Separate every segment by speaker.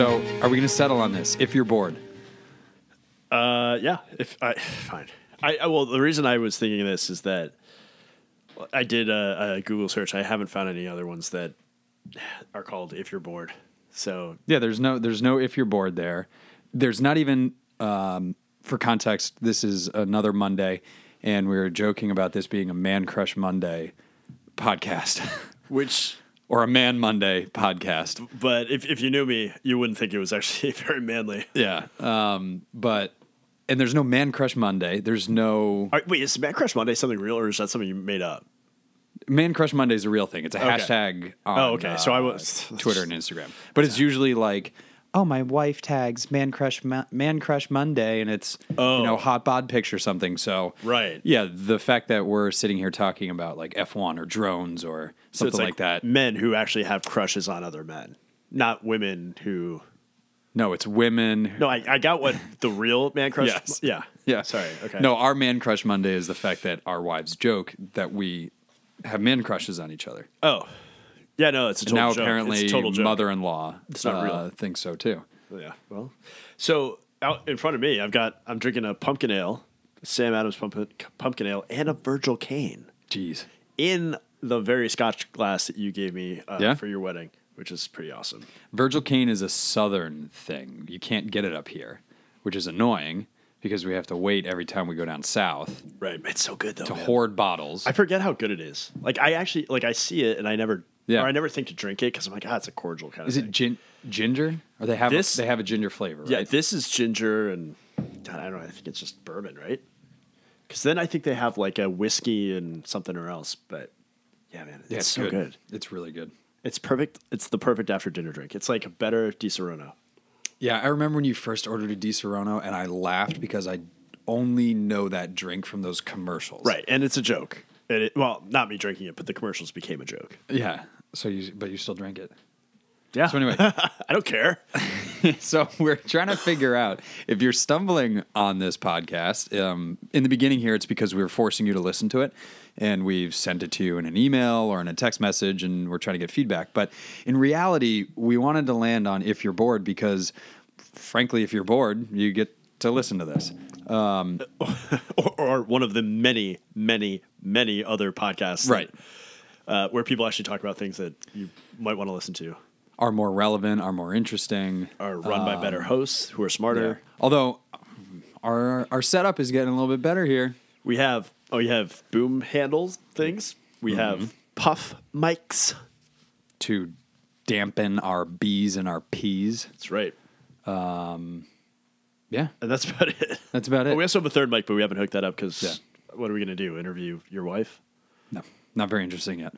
Speaker 1: Are we going to settle on this if you're bored?
Speaker 2: Uh, yeah, if I fine. I, I well, the reason I was thinking this is that I did a, a Google search. I haven't found any other ones that are called "If You're Bored." So
Speaker 1: Yeah, there's no there's no if you're bored there. There's not even um, for context. This is another Monday, and we were joking about this being a man crush Monday podcast
Speaker 2: which
Speaker 1: or a man Monday podcast.
Speaker 2: But if, if you knew me, you wouldn't think it was actually very manly.
Speaker 1: Yeah, um, but and there's no man crush Monday. There's no
Speaker 2: All right, wait, is Man Crush Monday something real, or is that something you made up?
Speaker 1: man crush Monday is a real thing. It's a
Speaker 2: Okay.
Speaker 1: hashtag. On,
Speaker 2: Oh, okay. So
Speaker 1: uh,
Speaker 2: I was
Speaker 1: Twitter and Instagram, but it's usually like. Oh, my wife tags man crush Mo- man crush Monday, and it's
Speaker 2: Oh.
Speaker 1: you know hot bod picture something. So
Speaker 2: Right.
Speaker 1: Yeah, the fact that we're sitting here talking about like F1 or drones or
Speaker 2: So
Speaker 1: something
Speaker 2: it's
Speaker 1: like, that.
Speaker 2: Men who actually have crushes on other men, not women who.
Speaker 1: No, it's women.
Speaker 2: No, I, I got what the real man crush.
Speaker 1: Yes.
Speaker 2: Yeah.
Speaker 1: yeah,
Speaker 2: Sorry. Okay.
Speaker 1: No, our man crush Monday is the fact that our wives joke that we have man crushes on each other.
Speaker 2: Oh. Yeah. No, it's a total
Speaker 1: now
Speaker 2: joke. It's a
Speaker 1: apparently,
Speaker 2: total joke.
Speaker 1: mother-in-law uh,
Speaker 2: not real.
Speaker 1: thinks so too.
Speaker 2: Yeah. Well, so out in front of me, I've got I'm drinking a pumpkin ale, Sam Adams pumpkin pumpkin ale, and a Virgil Cane
Speaker 1: Jeez.
Speaker 2: in the very Scotch glass that you gave me uh,
Speaker 1: Yeah?
Speaker 2: for your wedding, which is pretty awesome.
Speaker 1: Virgil cane is a southern thing. You can't get it up here, which is annoying because we have to wait every time we go down south
Speaker 2: Right. It's so good though.
Speaker 1: to
Speaker 2: man.
Speaker 1: hoard bottles.
Speaker 2: I forget how good it is. Like I actually like I see it and I never
Speaker 1: Yeah.
Speaker 2: or I never think to drink it because I'm like ah it's a cordial kind
Speaker 1: is it
Speaker 2: of thing.
Speaker 1: gin- ginger? Or they have
Speaker 2: This-
Speaker 1: a, they have a ginger flavor, right?
Speaker 2: yeah, this is ginger and God, I don't know. I think it's just bourbon, right? Because then I think they have like a whiskey and something or else. But yeah, man, it's,
Speaker 1: Yeah,
Speaker 2: so good.
Speaker 1: It's really good.
Speaker 2: It's perfect. It's the perfect after dinner drink. It's like a better Di Serono.
Speaker 1: Yeah, I remember when you first ordered a Di Serono and I laughed because I only know that drink from those commercials.
Speaker 2: Right, and it's a joke. And it, well, not me drinking it, but the commercials became a joke.
Speaker 1: Yeah. So you but you still drank it.
Speaker 2: Yeah.
Speaker 1: So anyway,
Speaker 2: I don't care.
Speaker 1: so we're trying to figure out if you're stumbling on this podcast. Um, in the beginning here, it's because we were forcing you to listen to it, and we've sent it to you in an email or in a text message, and we're trying to get feedback. But in reality, we wanted to land on if you're bored because, frankly, if you're bored, you get to listen to this.
Speaker 2: Or, or one of the many, many, many other podcasts, that-
Speaker 1: Right.
Speaker 2: Uh, where people actually talk about things that you might want to listen to,
Speaker 1: Are more relevant, are more interesting.
Speaker 2: are run by better hosts who are
Speaker 1: Yeah.
Speaker 2: smarter.
Speaker 1: Although our our setup is getting a little bit better here.
Speaker 2: We have oh, you have boom handles things. We have puff mics.
Speaker 1: to dampen our B's and our P's.
Speaker 2: That's right,
Speaker 1: Yeah,
Speaker 2: and that's about it.
Speaker 1: that's about it.
Speaker 2: Oh, we also have a third mic, but we haven't hooked that up because
Speaker 1: Yeah.
Speaker 2: what are we going to do? Interview your wife?
Speaker 1: no, not very interesting yet.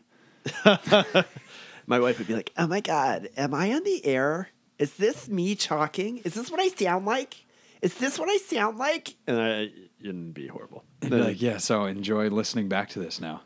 Speaker 2: My wife would be like,
Speaker 3: Oh my God, am I on the air? Is this me talking? Is this what I sound like? Is this what I sound like?
Speaker 2: and I, it'd "Uh, be horrible.
Speaker 1: And be like, yeah, so enjoy listening back to this now.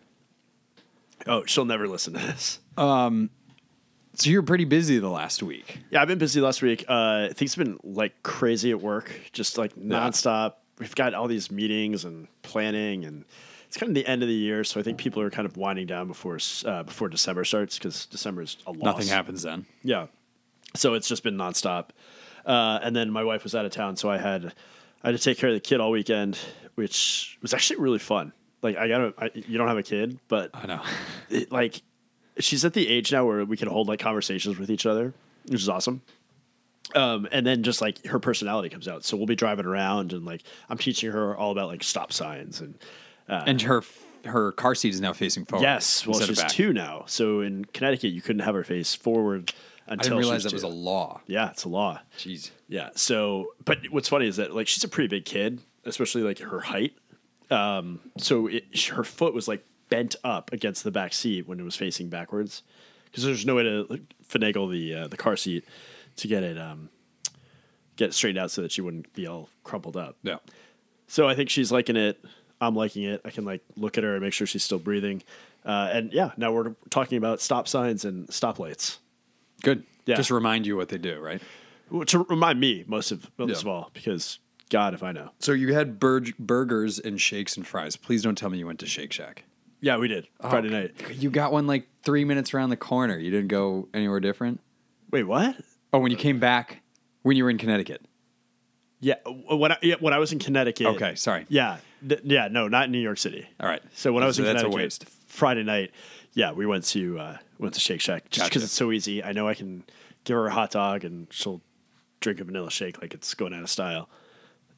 Speaker 2: Oh, she'll never listen to this.
Speaker 1: So you're pretty busy the last week.
Speaker 2: Yeah, I've been busy last week. Uh, things have been like crazy at work, just like nonstop. We've got all these meetings and planning, and it's kind of the end of the year, so I think people are kind of winding down before uh, before December starts because December is a loss.
Speaker 1: Nothing happens then.
Speaker 2: Yeah. So it's just been nonstop. Uh, and then my wife was out of town, so I had I had to take care of the kid all weekend, which was actually really fun. Like I gotta, I, you don't have a kid, but
Speaker 1: I know.
Speaker 2: it, like she's at the age now where we can hold like conversations with each other, which is awesome. Um, and then just like her personality comes out, so we'll be driving around and like I'm teaching her all about like stop signs and
Speaker 1: and her her car seat is now facing forward.
Speaker 2: yes, well
Speaker 1: instead of
Speaker 2: she's
Speaker 1: back.
Speaker 2: two now, so in Connecticut you couldn't have her face forward
Speaker 1: I
Speaker 2: until
Speaker 1: didn't
Speaker 2: she
Speaker 1: realize that was
Speaker 2: two.
Speaker 1: a law.
Speaker 2: yeah, it's a law.
Speaker 1: Jeez.
Speaker 2: Yeah. So, but what's funny is that like she's a pretty big kid, especially like her height. Um, so it, sh- her foot was like bent up against the back seat when it was facing backwards, because there's no way to like, finagle the uh, the car seat to get it um, get it straightened out so that she wouldn't be all crumpled up.
Speaker 1: Yeah.
Speaker 2: So I think she's liking it. I'm liking it. I can like look at her and make sure she's still breathing. Uh, and yeah, now we're talking about stop signs and stoplights.
Speaker 1: Good.
Speaker 2: Yeah.
Speaker 1: Just remind you what they do, right?
Speaker 2: Well, to remind me most of most
Speaker 1: Yeah.
Speaker 2: of all because God, if I know.
Speaker 1: So you had burg- burgers and shakes and fries. Please don't tell me you went to Shake Shack.
Speaker 2: Yeah, we did
Speaker 1: Oh,
Speaker 2: Friday night.
Speaker 1: You got one like three minutes around the corner. You didn't go anywhere different.
Speaker 2: Wait, what?
Speaker 1: Oh, when you came back, when you were in Connecticut.
Speaker 2: Yeah, w- when I, yeah, when I was in Connecticut.
Speaker 1: Okay, sorry.
Speaker 2: Yeah, th- yeah, no, not in New York City.
Speaker 1: All right.
Speaker 2: So when I was
Speaker 1: So
Speaker 2: in
Speaker 1: that's a
Speaker 2: Connecticut,
Speaker 1: waste.
Speaker 2: Friday night, yeah, we went to uh, went to Shake Shack just because
Speaker 1: Gotcha.
Speaker 2: it's so easy. I know I can give her a hot dog and she'll drink a vanilla shake like it's going out of style.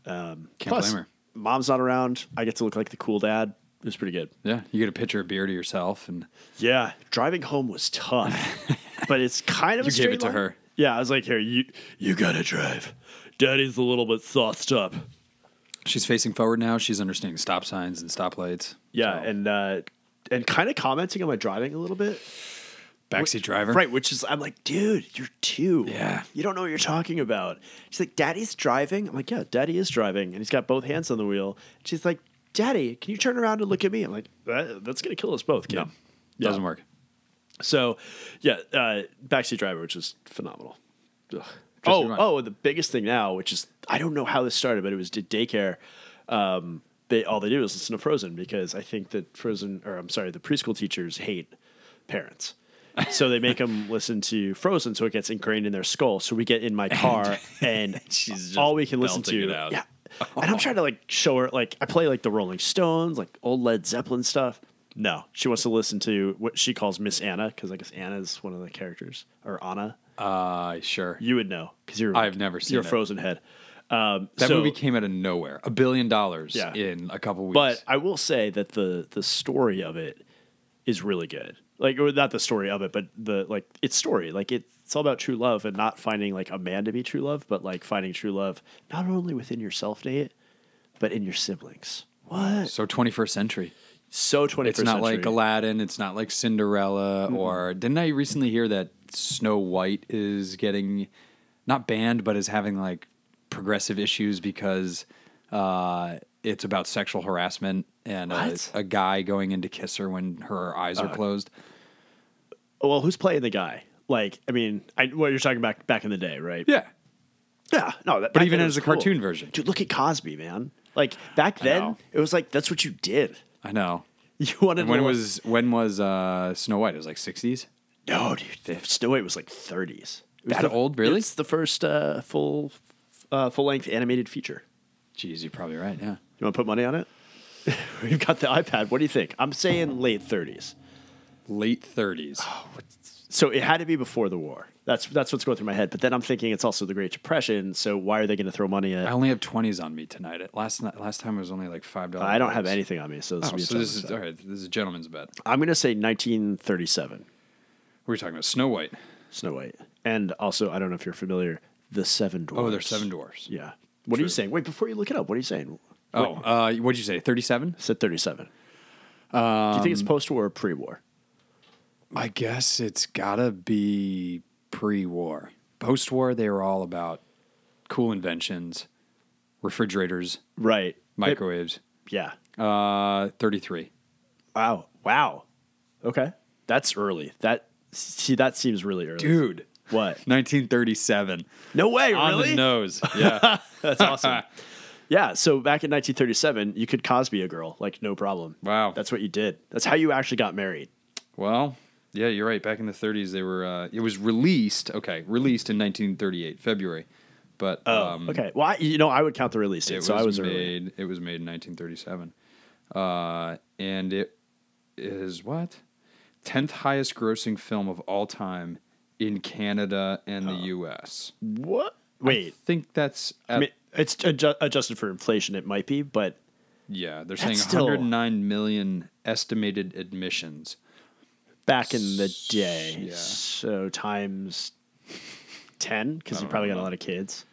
Speaker 2: Um,
Speaker 1: Can't blame her.
Speaker 2: Mom's not around. I get to look like the cool dad. It was pretty good.
Speaker 1: Yeah, you get a picture of beer to yourself, and
Speaker 2: Yeah, driving home was tough, but it's kind of
Speaker 1: You gave
Speaker 2: a straight
Speaker 1: it to
Speaker 2: line.
Speaker 1: her.
Speaker 2: Yeah, I was like, here, you you gotta drive. Daddy's a little bit sauced up.
Speaker 1: she's facing forward now. She's understanding stop signs and stoplights.
Speaker 2: Yeah, and uh, and kind of commenting on my driving a little bit.
Speaker 1: Backseat driver.
Speaker 2: Right, which is I'm like, dude, you're two.
Speaker 1: Yeah.
Speaker 2: You don't know what you're talking about. She's like, Daddy's driving. I'm like, yeah, daddy is driving. And he's got both hands on the wheel. She's like, Daddy, can you turn around and look at me? I'm like, that, that's gonna kill us both, kid.
Speaker 1: No,
Speaker 2: Yeah.
Speaker 1: doesn't work.
Speaker 2: So, yeah, uh, backseat driver, which is phenomenal. Ugh.
Speaker 1: me
Speaker 2: Oh,
Speaker 1: right.
Speaker 2: oh, the biggest thing now, which is I don't know how this started, but it was did daycare. Um, they all they do is listen to Frozen because I think that Frozen, or I'm sorry, the preschool teachers hate parents, so they make them listen to Frozen, so it gets ingrained in their skull. So we get in my car and
Speaker 1: She's just
Speaker 2: all we can listen
Speaker 1: belting
Speaker 2: to.
Speaker 1: it out.
Speaker 2: Yeah, and I'm trying to like show her like I play like the Rolling Stones, like old Led Zeppelin stuff. No, she wants to listen to what she calls Miss Anna because I guess Anna is one of the characters or Anna.
Speaker 1: Uh, sure.
Speaker 2: You would know because you're
Speaker 1: I've never seen
Speaker 2: you're
Speaker 1: it.
Speaker 2: a Frozen head. Um,
Speaker 1: That
Speaker 2: so-
Speaker 1: movie came out of nowhere. A billion dollars
Speaker 2: Yeah.
Speaker 1: in a couple weeks.
Speaker 2: but I will say that the the story of it is really good. Like, or not the story of it, but the like its story. Like, it, it's all about true love and not finding like a man to be true love, but like finding true love not only within yourself, Nate, but in your siblings. What?
Speaker 1: so 21st century.
Speaker 2: So twenty.
Speaker 1: It's not like Aladdin. It's not like Cinderella. Or didn't I recently hear that Snow White is getting not banned, but is having like progressive issues because uh, it's about sexual harassment and a,
Speaker 2: What? Uh,
Speaker 1: a guy going in to kiss her when her eyes are closed.
Speaker 2: well, who's playing the guy? Like, I mean, I, what you're talking back back in the day, right?
Speaker 1: Yeah,
Speaker 2: Yeah, no, that,
Speaker 1: But
Speaker 2: back
Speaker 1: even
Speaker 2: then it
Speaker 1: as
Speaker 2: was
Speaker 1: a cartoon version.
Speaker 2: dude, look at Cosby, man. Like back
Speaker 1: know.
Speaker 2: then, it was like that's what you did.
Speaker 1: I know.
Speaker 2: You wanted
Speaker 1: And when
Speaker 2: to-
Speaker 1: was when was uh, Snow White? It was like 60s.
Speaker 2: no, dude. The Snow White was like 30s. It was
Speaker 1: That
Speaker 2: the-
Speaker 1: old, really?
Speaker 2: It's the first uh, full uh, full length animated feature.
Speaker 1: Jeez, you're probably right. Yeah.
Speaker 2: You want to put money on it? We've got the iPad. What do you think? I'm saying late 30s.
Speaker 1: late 30s.
Speaker 2: So it had to be before the war. That's that's what's going through my head. But then I'm thinking it's also the Great Depression. So why are they going to throw money
Speaker 1: I
Speaker 2: at?
Speaker 1: only have 20s on me tonight. It- Last night, last time it was only like five dollars.
Speaker 2: I don't have anything on me, so
Speaker 1: Oh,
Speaker 2: this will be a
Speaker 1: so this
Speaker 2: tough
Speaker 1: is
Speaker 2: one.
Speaker 1: all right. This is a gentleman's bet.
Speaker 2: I'm going to say 1937.
Speaker 1: We're talking about Snow White.
Speaker 2: Snow White. And also, I don't know if you're familiar, the Seven Dwarfs.
Speaker 1: Oh, there's seven dwarfs.
Speaker 2: Yeah. What are you saying? Wait, before you look it up, what are you saying? I
Speaker 1: Oh, uh, what'd you say? 37?
Speaker 2: said 37.
Speaker 1: Um,
Speaker 2: Do you think it's post war or pre war?
Speaker 1: I guess it's gotta be pre-war. Post-war, they were all about cool inventions, refrigerators,
Speaker 2: Right.
Speaker 1: microwaves.
Speaker 2: It- yeah.
Speaker 1: Uh, 33.
Speaker 2: Wow. Wow. Okay. That's early. That see, that seems really early.
Speaker 1: Dude,
Speaker 2: What?
Speaker 1: 1937
Speaker 2: No way,
Speaker 1: on the
Speaker 2: really?
Speaker 1: nose. Yeah,
Speaker 2: That's awesome. yeah. So back in 1937, you could Cosby a girl, like no problem.
Speaker 1: Wow.
Speaker 2: That's what you did. That's how you actually got married.
Speaker 1: Well, yeah, you're right. Back in the 30s, they were. Uh, it was released. Okay, released in 1938, February. But um,
Speaker 2: okay. Well, I, you know, I would count the release
Speaker 1: it
Speaker 2: date,
Speaker 1: was
Speaker 2: Oh. so I was
Speaker 1: made.
Speaker 2: early.
Speaker 1: It was made in 1937, uh, and it is what tenth highest grossing film of all time in Canada and the U.S.
Speaker 2: What? Wait.
Speaker 1: think that's at,
Speaker 2: I mean, it's adju- adjusted for inflation. It might be, but
Speaker 1: yeah. They're saying
Speaker 2: still-
Speaker 1: 109 million estimated admissions.
Speaker 2: back in the day,
Speaker 1: Yeah.
Speaker 2: so times ten because you probably got a lot of kids.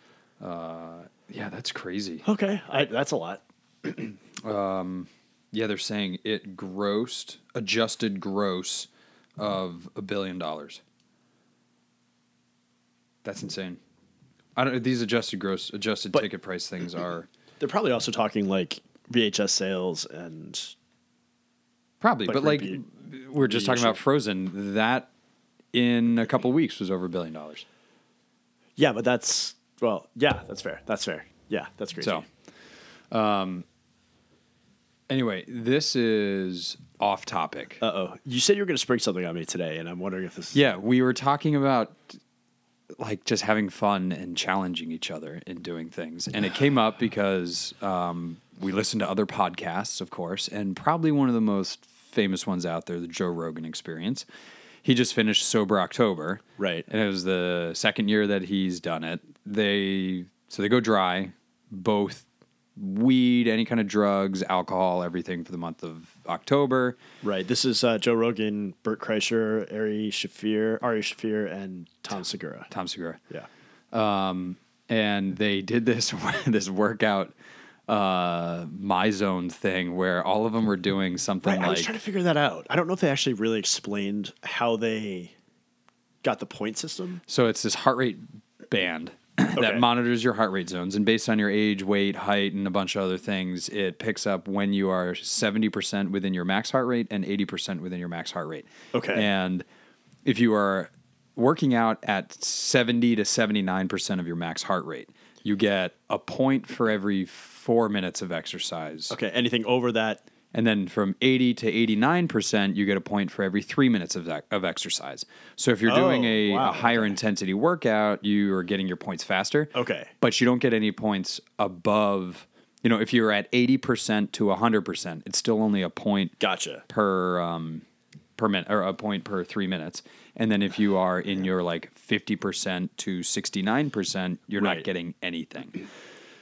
Speaker 1: Yeah, that's crazy.
Speaker 2: Okay, I, that's a lot.
Speaker 1: Yeah, they're saying it grossed adjusted gross of a billion dollars. That's insane. I don't. These adjusted gross, adjusted
Speaker 2: But-
Speaker 1: ticket price things are
Speaker 2: They're probably also talking like VHS sales and
Speaker 1: probably,
Speaker 2: Like
Speaker 1: but like
Speaker 2: repeat-
Speaker 1: we're just talking
Speaker 2: reissue.
Speaker 1: about Frozen. That in a couple weeks was over a billion dollars.
Speaker 2: yeah, but that's well, yeah, that's fair. That's fair. Yeah, that's crazy.
Speaker 1: So, um, anyway, this is off topic.
Speaker 2: Uh oh, you said you were going to spring something on me today, and I'm wondering if this. is...
Speaker 1: Yeah, we were talking about like just having fun and challenging each other and doing things. And it came up because um, we listened to other podcasts, of course, and probably one of the most famous ones out there, the Joe Rogan Experience. He just finished Sober October,
Speaker 2: Right.
Speaker 1: And it was the second year that he's done it. They so they go dry, both weed, any kind of drugs, alcohol, everything for the month of October.
Speaker 2: Right. This is uh, Joe Rogan, Burt Kreischer, Ari Shafir, Ari Shafir, and Tom Segura.
Speaker 1: Tom Segura.
Speaker 2: Yeah.
Speaker 1: and they did this this workout uh my zone thing where all of them were doing something
Speaker 2: Right. I was
Speaker 1: like
Speaker 2: trying to figure that out. I don't know if they actually really explained how they got the point system.
Speaker 1: so it's this heart rate band that
Speaker 2: Okay.
Speaker 1: monitors your heart rate zones and based on your age weight height and a bunch of other things it picks up when you are 70% within your max heart rate and 80% within your max heart rate
Speaker 2: Okay.
Speaker 1: and if you are working out at 70 to 79% of your max heart rate you get a point for every four minutes of exercise
Speaker 2: Okay. Anything over that.
Speaker 1: And then from 80 to 89%, you get a point for every three minutes of, that, of exercise. So if you're doing
Speaker 2: Oh,
Speaker 1: a, a
Speaker 2: wow.
Speaker 1: higher intensity workout, you are getting your points faster.
Speaker 2: Okay.
Speaker 1: But you don't get any points above, you know, if you're at 80% to 100%, it's still only a point
Speaker 2: Gotcha.
Speaker 1: per um per minute or a point per three minutes. And then if you are in your like fifty percent to sixty nine percent, you're not
Speaker 2: Right.
Speaker 1: getting anything.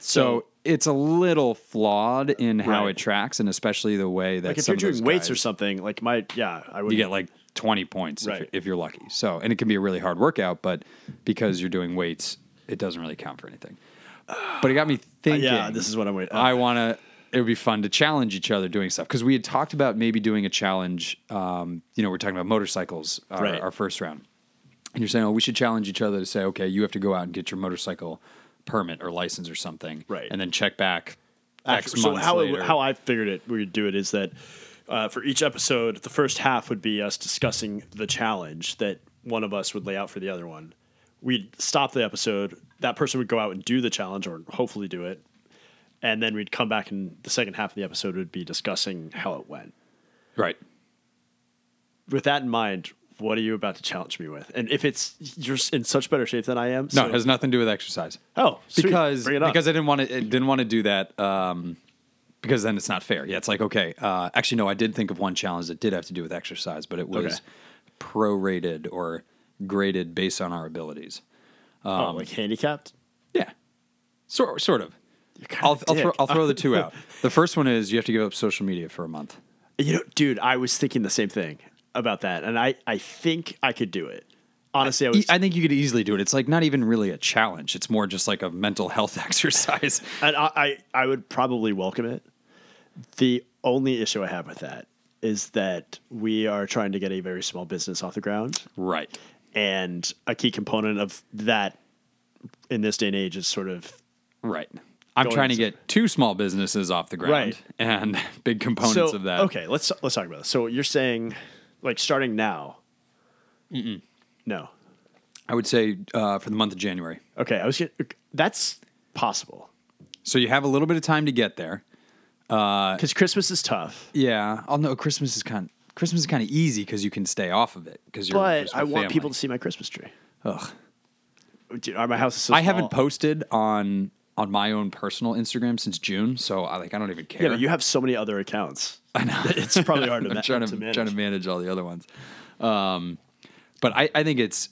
Speaker 1: So,
Speaker 2: So-
Speaker 1: it's a little flawed in how
Speaker 2: Right.
Speaker 1: it tracks, and especially the way that
Speaker 2: Like if
Speaker 1: some
Speaker 2: you're doing
Speaker 1: of those
Speaker 2: weights
Speaker 1: guys-
Speaker 2: or something, like my yeah, I would
Speaker 1: you get like 20 points
Speaker 2: Right.
Speaker 1: if, if you're lucky. So, and it can be a really hard workout, but because you're doing weights, it doesn't really count for anything. But it got me thinking.
Speaker 2: Uh, this is what I'm wait- uh,
Speaker 1: I want to. It would be fun to challenge each other doing stuff because we had talked about maybe doing a challenge. Um, you know, we're talking about motorcycles, our,
Speaker 2: Right.
Speaker 1: our first round, and you're saying, "Oh, we should challenge each other to say, okay, you have to go out and get your motorcycle permit or license or something,
Speaker 2: Right.
Speaker 1: and then check back." X
Speaker 2: Actually, so
Speaker 1: months
Speaker 2: how
Speaker 1: later.
Speaker 2: It, how I figured it we would do it is that uh, for each episode, the first half would be us discussing the challenge that one of us would lay out for the other one. We'd stop the episode. That person would go out and do the challenge, or hopefully do it, and then we'd come back, and the second half of the episode would be discussing how it went.
Speaker 1: right?
Speaker 2: With that in mind, what are you about to challenge me with? And if it's you're s- in such better shape than I am,
Speaker 1: No,
Speaker 2: so-
Speaker 1: it has nothing to do with exercise.
Speaker 2: oh, sweet.
Speaker 1: because
Speaker 2: Bring it on.
Speaker 1: because I didn't want to I didn't want to do that um, because then it's not fair. Yeah, it's like okay, uh, actually no, I did think of one challenge that did have to do with exercise, but it was
Speaker 2: Okay.
Speaker 1: prorated or graded based on our abilities.
Speaker 2: oh, like handicapped.
Speaker 1: Yeah, sort sort of.
Speaker 2: kinda
Speaker 1: I'll,
Speaker 2: a
Speaker 1: I'll, throw,
Speaker 2: dick.
Speaker 1: I'll throw the two out. The first one is you have to give up social media for a month.
Speaker 2: You know, dude, I was thinking the same thing about that, and I, I think I could do it. Honestly, I
Speaker 1: E-
Speaker 2: was.
Speaker 1: I think you could easily do it. It's like not even really a challenge. It's more just like a mental health exercise.
Speaker 2: and I, I, I would probably welcome it. The only issue I have with that is that we are trying to get a very small business off the ground,
Speaker 1: right.
Speaker 2: and a key component of that in this day and age is sort of
Speaker 1: Right. I'm
Speaker 2: Going
Speaker 1: trying to
Speaker 2: to-
Speaker 1: get two small businesses off the ground
Speaker 2: Right.
Speaker 1: and big components
Speaker 2: so,
Speaker 1: of that.
Speaker 2: Okay, let's let's talk about this. So you're saying, like, starting now? Mm-mm. No.
Speaker 1: I would say uh, for the month of January.
Speaker 2: Okay, I was. Gonna, that's possible
Speaker 1: So you have a little bit of time to get there.
Speaker 2: because Christmas is tough.
Speaker 1: Uh, Yeah. I'll know Christmas is kind Christmas is kind of easy because you can stay off of it because you're.
Speaker 2: But
Speaker 1: just
Speaker 2: I
Speaker 1: with
Speaker 2: want
Speaker 1: family.
Speaker 2: people to see my Christmas tree. Ugh. Dude, our- my house is so
Speaker 1: I haven't
Speaker 2: small.
Speaker 1: posted on on my own personal Instagram since June, so I like I don't even care.
Speaker 2: Yeah, but you have so many other accounts. I know. It's probably hard to, ma-
Speaker 1: I'm trying to,
Speaker 2: to manage.
Speaker 1: trying to manage all the other ones. Um, but I, I think it's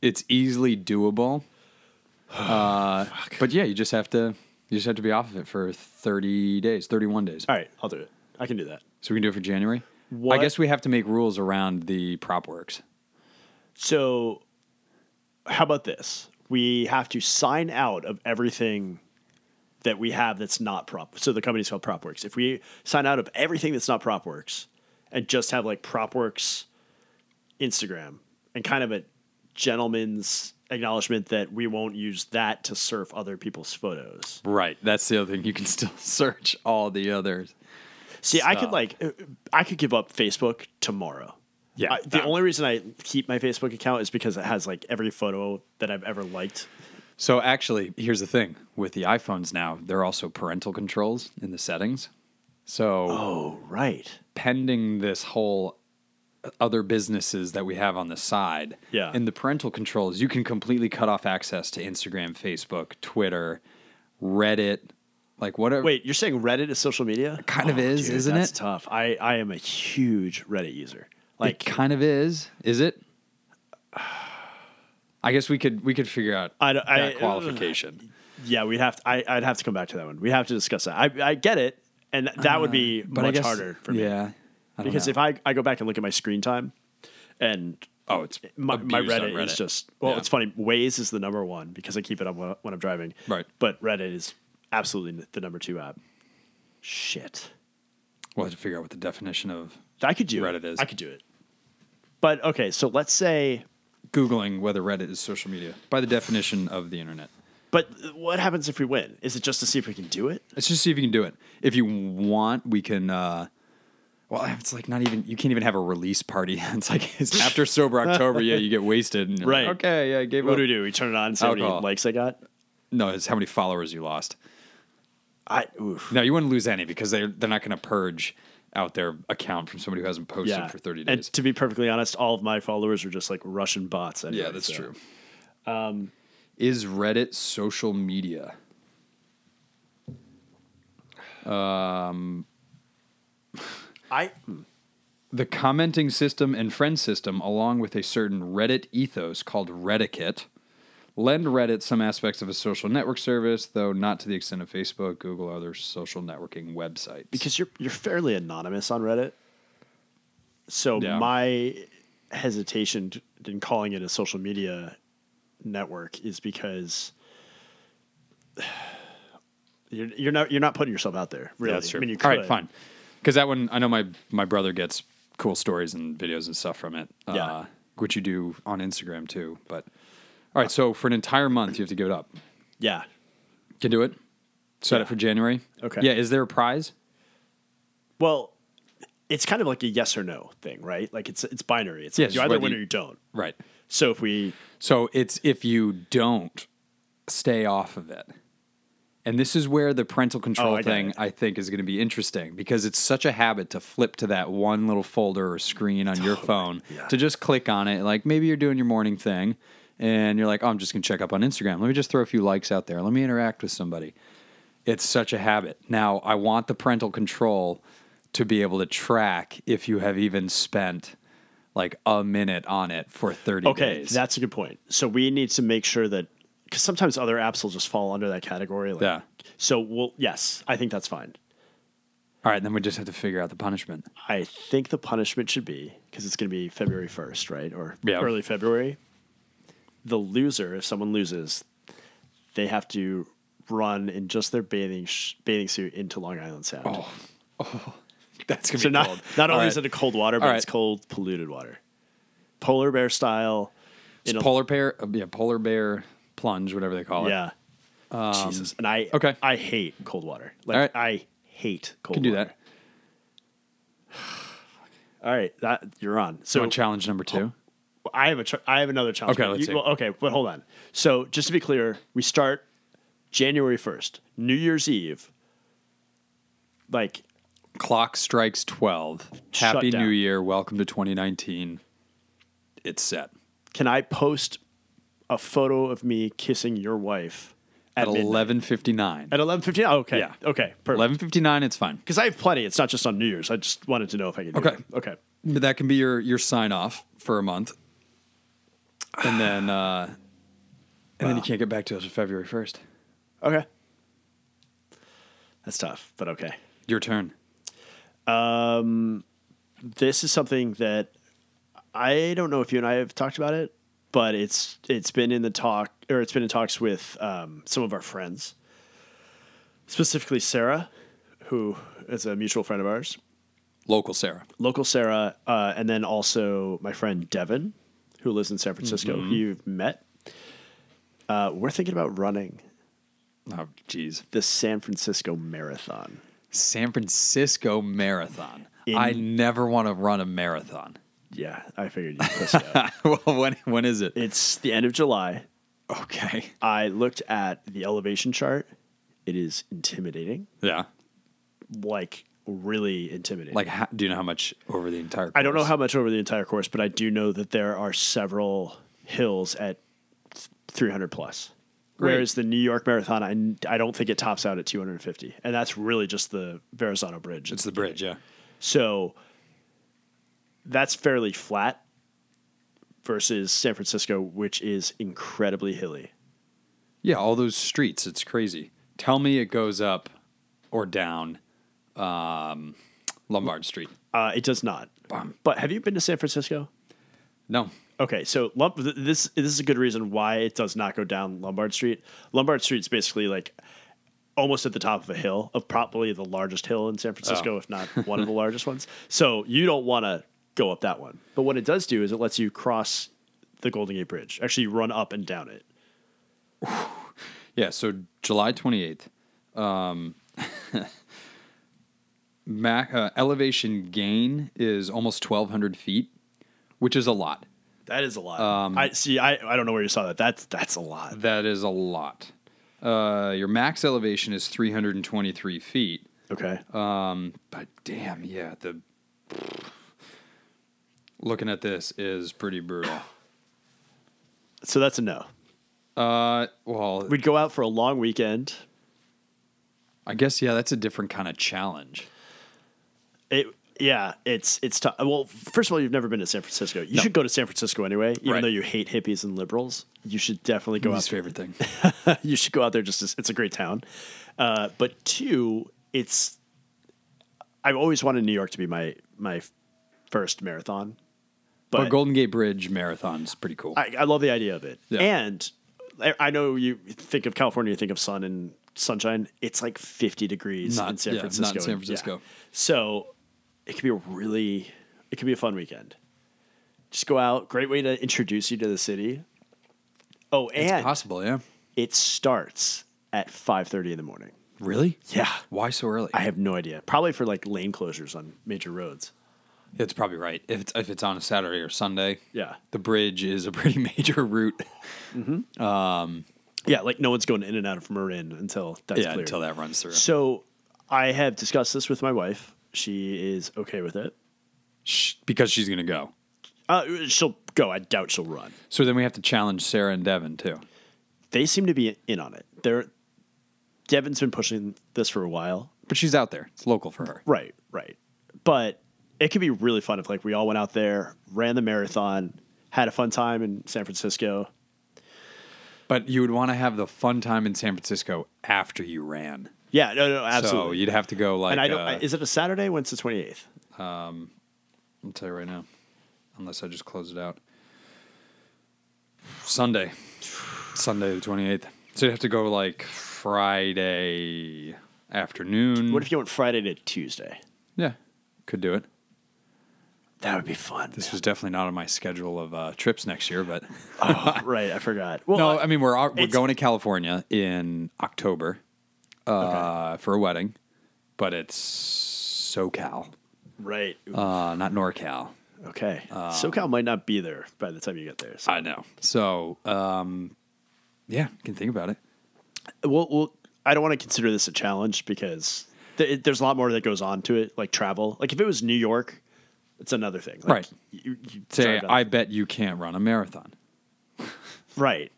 Speaker 1: it's easily doable. Uh, but yeah, you just have to you just have to be off of it for 30 days, 31 days.
Speaker 2: All right, I'll do it. I can do that.
Speaker 1: So we can do it for January. I
Speaker 2: What-
Speaker 1: guess we have to make rules around the prop works.
Speaker 2: So, how about this? We have to sign out of everything that we have that's not prop. So the company's called PropWorks. If we sign out of everything that's not PropWorks and just have like PropWorks Instagram and kind of a gentleman's acknowledgement that we won't use that to surf other people's photos.
Speaker 1: Right. That's the other thing. You can still search all the others.
Speaker 2: See, I could like, uh, I could give up Facebook tomorrow.
Speaker 1: Yeah,
Speaker 2: I, the
Speaker 1: that-
Speaker 2: only reason I keep my Facebook account is because it has like every photo that I've ever liked.
Speaker 1: So actually, here's the thing with the iPhones now, there are also parental controls in the settings. So
Speaker 2: Oh, right.
Speaker 1: pending this whole other businesses that we have on the side.
Speaker 2: Yeah.
Speaker 1: And the parental controls, you can completely cut off access to Instagram, Facebook, Twitter, Reddit, like whatever.
Speaker 2: Wait, you're saying Reddit is social media? Oh,
Speaker 1: kind of is,
Speaker 2: Dude,
Speaker 1: isn't
Speaker 2: that's
Speaker 1: it?
Speaker 2: tough. I, I am a huge Reddit user.
Speaker 1: it
Speaker 2: Like,
Speaker 1: kind of is. Is it? I guess we could we could figure out
Speaker 2: I don't-
Speaker 1: that
Speaker 2: I- uh,
Speaker 1: qualification.
Speaker 2: yeah, we have. To, I, I'd have to come back to that one. We have to discuss that. I, I get it, and th- that would be
Speaker 1: But
Speaker 2: much
Speaker 1: I guess,
Speaker 2: harder for me.
Speaker 1: Yeah. I don't
Speaker 2: because
Speaker 1: know.
Speaker 2: if I, I go back and look at my screen time, and
Speaker 1: oh, it's
Speaker 2: my, my
Speaker 1: abused on
Speaker 2: Reddit, is just well,
Speaker 1: Yeah.
Speaker 2: it's funny. Waze is the number one because I keep it up when when I'm driving.
Speaker 1: Right.
Speaker 2: but Reddit is absolutely the number two app. Shit,
Speaker 1: we'll have to figure out what the definition of
Speaker 2: I could do
Speaker 1: Reddit
Speaker 2: it.
Speaker 1: is.
Speaker 2: I could do it. But okay, so let's say
Speaker 1: googling whether Reddit is social media by the definition of the internet.
Speaker 2: But what happens if we win? Is it just to see if we can do it?
Speaker 1: Let's just see if you can do it. If you want, we can. uh Well, it's like not even. You can't even have a release party. It's like it's after sober October. Yeah, you get wasted. And you're like,
Speaker 2: Right.
Speaker 1: okay. Yeah. I gave
Speaker 2: What
Speaker 1: up.
Speaker 2: do we do? We turn it on and see how many
Speaker 1: Alcohol.
Speaker 2: likes I got?
Speaker 1: No, it's how many followers you lost.
Speaker 2: I oof.
Speaker 1: No, you wouldn't lose any because they're they're not going to purge out their account from somebody who hasn't posted
Speaker 2: yeah.
Speaker 1: for thirty
Speaker 2: And
Speaker 1: days.
Speaker 2: to be perfectly honest, all of my followers are just like Russian bots. anyway,
Speaker 1: yeah, that's
Speaker 2: so. Um,
Speaker 1: true. Um, is Reddit social media? Um,
Speaker 2: I
Speaker 1: The commenting system and friend system, along with a certain Reddit ethos called Redicate, lend Reddit some aspects of a social network service, though not to the extent of Facebook, Google, or other social networking websites.
Speaker 2: because you're you're fairly anonymous on Reddit. So
Speaker 1: Yeah.
Speaker 2: my hesitation t- in calling it a social media network is because you're, you're not you're not putting yourself out there. Really,
Speaker 1: Yeah, that's true.
Speaker 2: I mean, you
Speaker 1: All
Speaker 2: could.
Speaker 1: right, fine. Because that one, I know my my brother gets cool stories and videos and stuff from it. Uh,
Speaker 2: Yeah.
Speaker 1: which you do on Instagram too. But all right, so for an entire month, you have to give it up.
Speaker 2: Yeah,
Speaker 1: Can do it. Set it for January.
Speaker 2: Okay.
Speaker 1: Yeah. Is there a prize?
Speaker 2: Well, it's kind of like a yes or no thing, right? Like it's it's binary. It's
Speaker 1: Yes,
Speaker 2: like you either
Speaker 1: whether
Speaker 2: win or
Speaker 1: you-
Speaker 2: you don't.
Speaker 1: Right.
Speaker 2: So if we
Speaker 1: So it's if you don't stay off of it. And this is where the parental control
Speaker 2: Oh, I got
Speaker 1: thing
Speaker 2: it.
Speaker 1: I think is going to be interesting because it's such a habit to flip to that one little folder or screen on your phone
Speaker 2: yeah.
Speaker 1: to just click on it. Like maybe you're doing your morning thing and you're like, oh, I'm just going to check up on Instagram. Let me just throw a few likes out there. Let me interact with somebody. It's such a habit. Now, I want the parental control to be able to track if you have even spent like a minute on it for 30
Speaker 2: okay,
Speaker 1: days.
Speaker 2: that's a good point. So we need to make sure that because sometimes other apps will just fall under that category. Like,
Speaker 1: Yeah.
Speaker 2: So we'll yes, I think that's fine.
Speaker 1: All right, then we just have to figure out the punishment.
Speaker 2: I think the punishment should be because it's going to be February first, right, or
Speaker 1: Yeah.
Speaker 2: early February. The loser, if someone loses, they have to run in just their bathing sh- bathing suit into Long Island Sound.
Speaker 1: That's gonna
Speaker 2: So not not only
Speaker 1: All
Speaker 2: is
Speaker 1: right.
Speaker 2: it a cold water, but
Speaker 1: All
Speaker 2: it's
Speaker 1: right.
Speaker 2: cold polluted water, polar bear style. in
Speaker 1: It's
Speaker 2: a-
Speaker 1: polar bear, uh, yeah, polar bear plunge, whatever they call it.
Speaker 2: yeah. Jesus, and I
Speaker 1: Um, okay.
Speaker 2: I hate cold water.
Speaker 1: All
Speaker 2: Like
Speaker 1: right.
Speaker 2: I hate cold.
Speaker 1: can do
Speaker 2: water.
Speaker 1: that.
Speaker 2: All right, that you're on.
Speaker 1: So
Speaker 2: So
Speaker 1: challenge number two.
Speaker 2: I have a tr- I have another challenge.
Speaker 1: Okay, let's see.
Speaker 2: well, okay, but hold on. So just to be clear, we start January first, New Year's Eve. Like
Speaker 1: Clock strikes twelve.
Speaker 2: Shut
Speaker 1: Happy
Speaker 2: down.
Speaker 1: New Year. Welcome to 2019. It's set
Speaker 2: can I post a photo of me kissing your wife
Speaker 1: at
Speaker 2: at, midnight?
Speaker 1: 11:59.
Speaker 2: At eleven fifteen. Oh, okay.
Speaker 1: Yeah.
Speaker 2: Okay. Perfect.
Speaker 1: 11:59. It's fine.
Speaker 2: Because I have plenty. It's not just on New Year's. I just wanted to know if I could. Do
Speaker 1: Okay.
Speaker 2: It. Okay.
Speaker 1: But that can be your your sign off for a month, and then uh, and then you can't get back to us on February 1st.
Speaker 2: Okay. That's tough, but okay.
Speaker 1: Your turn.
Speaker 2: This is something that I don't know if you and I have talked about it, but it's it's been in the talk or it's been in talks with um, some of our friends, specifically Sarah, who is a mutual friend of ours.
Speaker 1: Local Sarah.
Speaker 2: local Sarah, uh, and then also my friend Devin, who lives in San Francisco, who you've met. Uh, we're thinking about running
Speaker 1: Oh, jeez.
Speaker 2: the San Francisco Marathon.
Speaker 1: San Francisco Marathon.
Speaker 2: In-
Speaker 1: I never want to run a marathon.
Speaker 2: Yeah, I figured you'd push it out.
Speaker 1: well, when when is it?
Speaker 2: It's the end of July.
Speaker 1: Okay.
Speaker 2: I looked at the elevation chart. It is intimidating.
Speaker 1: Yeah.
Speaker 2: Like really intimidating.
Speaker 1: Like, how, do you know how much over the entire?
Speaker 2: I don't know
Speaker 1: course?
Speaker 2: how much over the entire course, but I do know that there are several hills at 300 plus.
Speaker 1: Great.
Speaker 2: Whereas the New York Marathon, I, n- I don't think it tops out at 250. And that's really just the Verrazano Bridge.
Speaker 1: it's the bridge. Yeah,
Speaker 2: So that's fairly flat versus San Francisco, which is incredibly hilly.
Speaker 1: yeah. All those streets, it's crazy. Tell me it goes up or down um, Lombard Street.
Speaker 2: Uh, it does not. But have you been to San Francisco?
Speaker 1: No,
Speaker 2: Okay, so lump, th- this this is a good reason why it does not go down Lombard Street. Lombard Street is basically like almost at the top of a hill, of probably the largest hill in San Francisco, if not one of the largest ones. So you don't want to go up that one. But what it does do is it lets you cross the Golden Gate Bridge. Actually, you run up and down it.
Speaker 1: Yeah, so July 28th. Um, Mac, uh, elevation gain is almost 1,200 feet, which is a lot.
Speaker 2: That is a lot. I see. I, I don't know where you saw that. That's that's a lot.
Speaker 1: That is a lot. Uh, your max elevation is 323 feet.
Speaker 2: Okay.
Speaker 1: Um, but damn, yeah, the looking at this is pretty brutal.
Speaker 2: so that's a no.
Speaker 1: Uh, well,
Speaker 2: We'd go out for a long weekend.
Speaker 1: I guess yeah, that's a different kind of challenge.
Speaker 2: It yeah. It's it's tough. Well, first of all, you've never been to San Francisco. You should go to San Francisco anyway, even
Speaker 1: Right.
Speaker 2: though you hate hippies and liberals. You should definitely go out.
Speaker 1: Least favorite thing.
Speaker 2: you should go out there. Just as, it's a great town. Uh, but two, it's I've always wanted New York to be my my first marathon. But,
Speaker 1: But Golden Gate Bridge marathon's pretty cool.
Speaker 2: I, I love the idea of it.
Speaker 1: Yeah.
Speaker 2: And I, I know you think of California, you think of sun and sunshine. It's like 50 degrees
Speaker 1: Not-
Speaker 2: in San
Speaker 1: yeah, not in
Speaker 2: Francisco.
Speaker 1: San
Speaker 2: Yeah.
Speaker 1: Francisco.
Speaker 2: So it could be a really, it could be a fun weekend. Just go out. Great way to introduce you to the city. Oh,
Speaker 1: it's
Speaker 2: and
Speaker 1: possible, yeah.
Speaker 2: it starts at 5.30 in the morning.
Speaker 1: Really?
Speaker 2: Yeah.
Speaker 1: Why so early?
Speaker 2: I have no idea. Probably for like lane closures on major roads.
Speaker 1: It's probably right. If it's if it's on a Saturday or Sunday,
Speaker 2: Yeah.
Speaker 1: the bridge is a pretty major route.
Speaker 2: Yeah, like no one's going in and out of Marin until that's
Speaker 1: yeah,
Speaker 2: clear.
Speaker 1: until that runs through.
Speaker 2: So I have discussed this with my wife. She is okay with it.
Speaker 1: Sh- because she's gonna go.
Speaker 2: Uh, she'll go. I doubt she'll run.
Speaker 1: So then we have to challenge Sarah and Devin too.
Speaker 2: They seem to be in on it. They're Devin's been pushing this for a while.
Speaker 1: But she's out there. It's local for her.
Speaker 2: Right, right. But it could be really fun if like we all went out there, ran the marathon, had a fun time in San Francisco.
Speaker 1: But you would want to have the fun time in San Francisco after you ran.
Speaker 2: Yeah, no, no,
Speaker 1: So
Speaker 2: absolutely.
Speaker 1: you'd have to go like
Speaker 2: and I don't.
Speaker 1: uh,
Speaker 2: is it a Saturday? When's the twenty eighth?
Speaker 1: I'll tell you right now. Unless I just close it out. Sunday. Sunday the twenty eighth. So you'd have to go like Friday afternoon.
Speaker 2: What if you went Friday to Tuesday?
Speaker 1: yeah. Could do it.
Speaker 2: That would be fun.
Speaker 1: This was definitely not on my schedule of uh, trips next year, but
Speaker 2: Oh, right, I forgot. Well,
Speaker 1: no, I mean we're all- we're
Speaker 2: it's-
Speaker 1: going to California in October uh, for a wedding, but it's SoCal,
Speaker 2: right.
Speaker 1: uh, not NorCal.
Speaker 2: Okay.
Speaker 1: Um,
Speaker 2: SoCal might not be there by the time you get there. So
Speaker 1: I know. So um, yeah, you can think about it.
Speaker 2: we'll, we'll, I don't want to consider this a challenge because th- it, there's a lot more that goes on to it, like travel. Like if it was New York, it's another thing. Like,
Speaker 1: Right.
Speaker 2: You, you
Speaker 1: Say,
Speaker 2: drive down-
Speaker 1: I bet you can't run a marathon,
Speaker 2: right.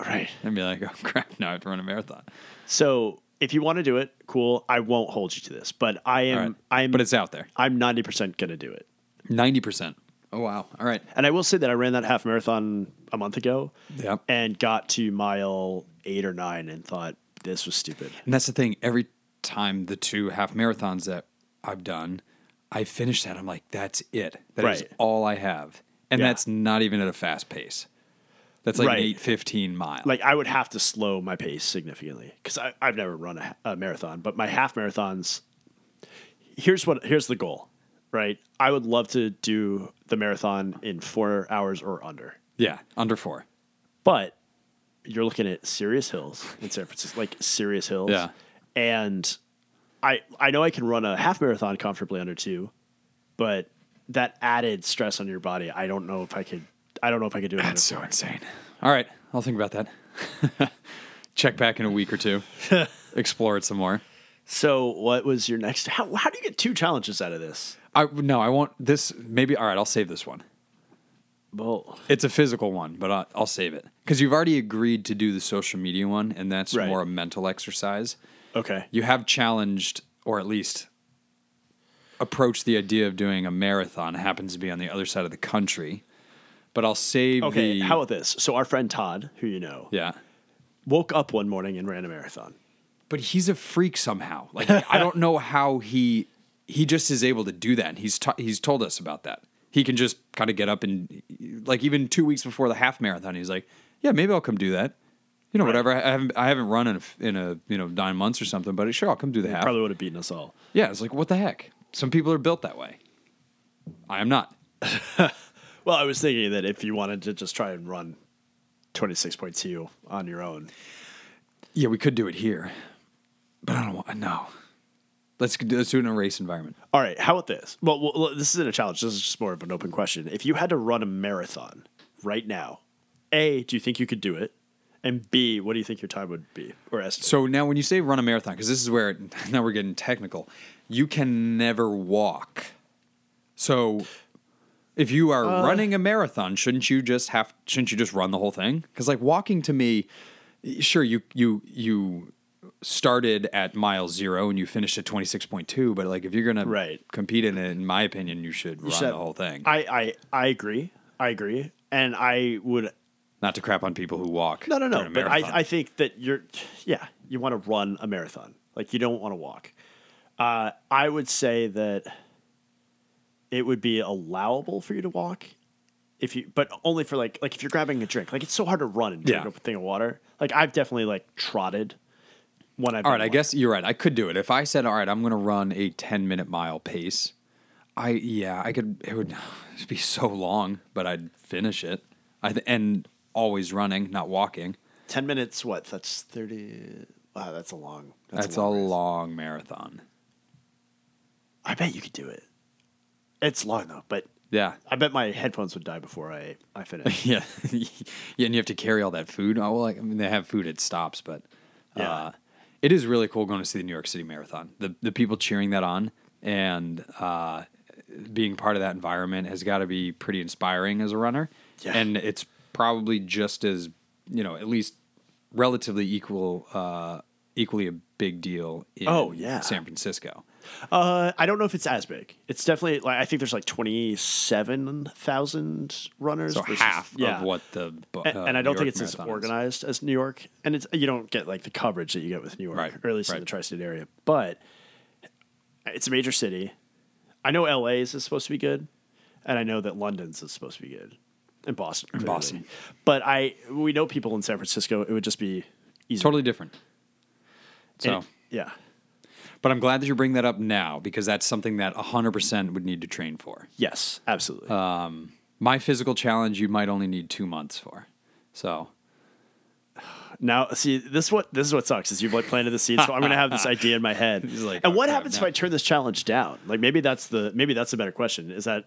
Speaker 2: Right.
Speaker 1: and be like, oh crap, now I have to run a marathon.
Speaker 2: So if you want to do it, cool. I won't hold you to this, but I
Speaker 1: All
Speaker 2: am,
Speaker 1: right,
Speaker 2: I'm,
Speaker 1: but it's out there,
Speaker 2: I'm 90% going to do it.
Speaker 1: ninety percent. Oh wow! All right,
Speaker 2: And I will say that I ran that half marathon a month ago
Speaker 1: Yep.
Speaker 2: and got to mile eight or nine and thought this was stupid.
Speaker 1: And that's the thing. Every time the two half marathons that I've done, I finish that. I'm like, that's it. That is
Speaker 2: Right.
Speaker 1: all I have, and
Speaker 2: Yeah.
Speaker 1: that's not even at a fast pace. That's like
Speaker 2: Right.
Speaker 1: an eight fifteen mile.
Speaker 2: like I would have to slow my pace significantly because I've never run a, ha- a marathon, but my half marathons. Here's what here's the goal, right? I would love to do the marathon in four hours or under,
Speaker 1: yeah, under four.
Speaker 2: but you're looking at serious hills in San Francisco, like serious hills,
Speaker 1: Yeah.
Speaker 2: And I I know I can run a half marathon comfortably under two, but that added stress on your body, I don't know if I could. I don't know if I could do it. under
Speaker 1: That's so insane. All right, I'll think about that. Check back in a week or two. Explore it some more.
Speaker 2: So, what was your next? How, how do you get two challenges out of this?
Speaker 1: I no, I won't. This maybe. All right, I'll save this one.
Speaker 2: Well,
Speaker 1: It's a physical one, but I, I'll save it because you've already agreed to do the social media one, and that's
Speaker 2: Right.
Speaker 1: more a mental exercise.
Speaker 2: okay.
Speaker 1: You have challenged, or at least approached the idea of doing a marathon. It happens to be on the other side of the country, but I'll save
Speaker 2: Okay,
Speaker 1: the
Speaker 2: how about this? So, our friend Todd, who you know,
Speaker 1: yeah.
Speaker 2: woke up one morning and ran a marathon.
Speaker 1: But he's a freak somehow. Like I don't know how he he just is able to do that. And he's ta- he's told us about that. He can just kind of get up and like even two weeks before the half marathon, he's like, yeah, maybe I'll come do that. You know, whatever. I I haven't I haven't run in a, f- in a you know nine months or something, but sure, I'll come do the half.
Speaker 2: Probably would have beaten us all.
Speaker 1: Yeah, it's like what the heck? Some people are built that way. I am not.
Speaker 2: Well, I was thinking that if you wanted to just try and run 26.2 on your own,
Speaker 1: Yeah, we could do it here, but I don't want. No, let's do- let's do it in a race environment.
Speaker 2: All right, how about this? Well, well, well, this isn't a challenge. This is just more of an open question. If you had to run a marathon right now, A, do you think you could do it? And B, what do you think your time would be? Or estimate?
Speaker 1: So now, when you say run a marathon, because this is where it, now we're getting technical, you can never walk. So, if you are
Speaker 2: Uh.
Speaker 1: running a marathon, shouldn't you just have? Shouldn't you just run the whole thing? Because like walking to me, sure you you you started at mile zero and you finished at twenty six point two, but like if you're gonna
Speaker 2: Right.
Speaker 1: compete in it, in my opinion, you should run
Speaker 2: should-
Speaker 1: the whole thing.
Speaker 2: I, I, I agree. I agree. And I would
Speaker 1: Not to crap on people who walk.
Speaker 2: No, no, no.
Speaker 1: during a
Speaker 2: But I,
Speaker 1: marathon.
Speaker 2: I think that you're, yeah, you want to run a marathon. Like you don't want to walk. Uh, I would say that it would be allowable for you to walk if you, but only for like, like if you're grabbing a drink. Like it's so hard to run and drink
Speaker 1: Yeah.
Speaker 2: a thing of water. Like I've definitely like trotted when I've.
Speaker 1: All right,
Speaker 2: been
Speaker 1: I
Speaker 2: walking.
Speaker 1: guess you're right. I could do it if I said, "All right, I'm going to run a 10 minute mile pace." I yeah, I could. It would it'd be so long, but I'd finish it. I th- and always running, not walking.
Speaker 2: ten minutes. What? That's thirty. Wow, that's a long.
Speaker 1: That's,
Speaker 2: a
Speaker 1: a,
Speaker 2: long. race.
Speaker 1: long marathon.
Speaker 2: I bet you could do it. It's long though, but
Speaker 1: Yeah,
Speaker 2: I bet my headphones would die before I I finish.
Speaker 1: yeah, yeah. And you have to carry all that food. Oh, well, like I mean, they have food at stops, but
Speaker 2: Yeah.
Speaker 1: uh, it is really cool going to see the New York City Marathon. The the people cheering that on and uh, being part of that environment has got to be pretty inspiring as a runner.
Speaker 2: Yeah.
Speaker 1: And it's probably just as you know, at least relatively equal, uh, equally a big deal in
Speaker 2: Oh, yeah.
Speaker 1: San Francisco.
Speaker 2: Uh, I don't know if it's as big. It's definitely like I think there's like twenty seven thousand runners.
Speaker 1: So
Speaker 2: versus-
Speaker 1: half
Speaker 2: yeah.
Speaker 1: of what the bu-
Speaker 2: And,
Speaker 1: uh,
Speaker 2: and I
Speaker 1: New
Speaker 2: don't think
Speaker 1: York
Speaker 2: it's as
Speaker 1: Marathon is.
Speaker 2: organized as New York, and it's you don't get like the coverage that you get with New York,
Speaker 1: Right,
Speaker 2: or at least in
Speaker 1: right.
Speaker 2: the tri-state area. But it's a major city. I know LA's is supposed to be good, and I know that London's is supposed to be good, and Boston, clearly.
Speaker 1: Boston.
Speaker 2: But I we know people in San Francisco. It would just be easier.
Speaker 1: Totally different. So.
Speaker 2: And it- yeah,
Speaker 1: But I'm glad that you bring that up now because that's something that 100% would need to train for.
Speaker 2: yes, absolutely.
Speaker 1: My physical challenge, you might only need two months for. So,
Speaker 2: Now, see this what this is what sucks is you've like planted the seed, so I'm gonna have this idea in my head.
Speaker 1: like,
Speaker 2: and
Speaker 1: "Oh,
Speaker 2: what
Speaker 1: crap,
Speaker 2: happens
Speaker 1: no."
Speaker 2: if I turn this challenge down? Like maybe that's the maybe that's a better question. Is that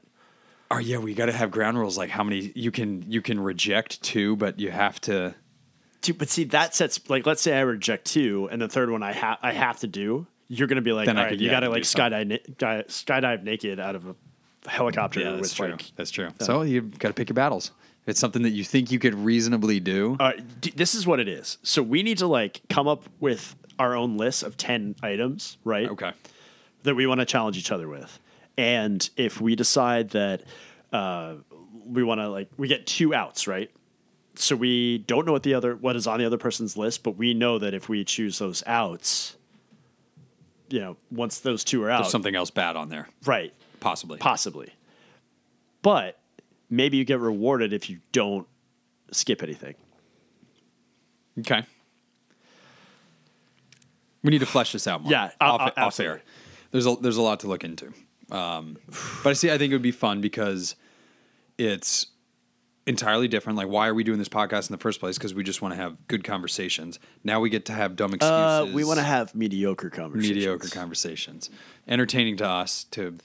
Speaker 1: oh yeah, we got to have ground rules like how many you can you can reject two, but you have to.
Speaker 2: dude, but see that sets like let's say I reject two, and the third one I have I have to do. You're gonna be like,
Speaker 1: Then I
Speaker 2: all right,
Speaker 1: could-
Speaker 2: you
Speaker 1: yeah,
Speaker 2: gotta
Speaker 1: do
Speaker 2: like skydive na- di- skydive naked out of a helicopter
Speaker 1: Yeah, that's
Speaker 2: with
Speaker 1: true.
Speaker 2: like.
Speaker 1: that's true. So you got to pick your battles. If it's something that you think you could reasonably do,
Speaker 2: All right, uh, d- this is what it is. So we need to like come up with our own list of ten items, right?
Speaker 1: okay.
Speaker 2: that we want to challenge each other with. And if we decide that uh, we want to like we get two outs, right? So we don't know what the other what is on the other person's list, but we know that if we choose those outs, you know, once those two are out,
Speaker 1: There's something else bad on there,
Speaker 2: right?
Speaker 1: possibly.
Speaker 2: Possibly, but maybe you get rewarded if you don't skip anything.
Speaker 1: Okay. We need to flesh this out more.
Speaker 2: Yeah, uh,
Speaker 1: off,
Speaker 2: uh,
Speaker 1: off air. There's a there's a lot to look into. Um, but I see. I think it would be fun because it's entirely different. Like, why are we doing this podcast in the first place? Because we just want to have good conversations. Now we get to have dumb excuses.
Speaker 2: Uh, we want to have mediocre conversations.
Speaker 1: mediocre conversations, entertaining to us, to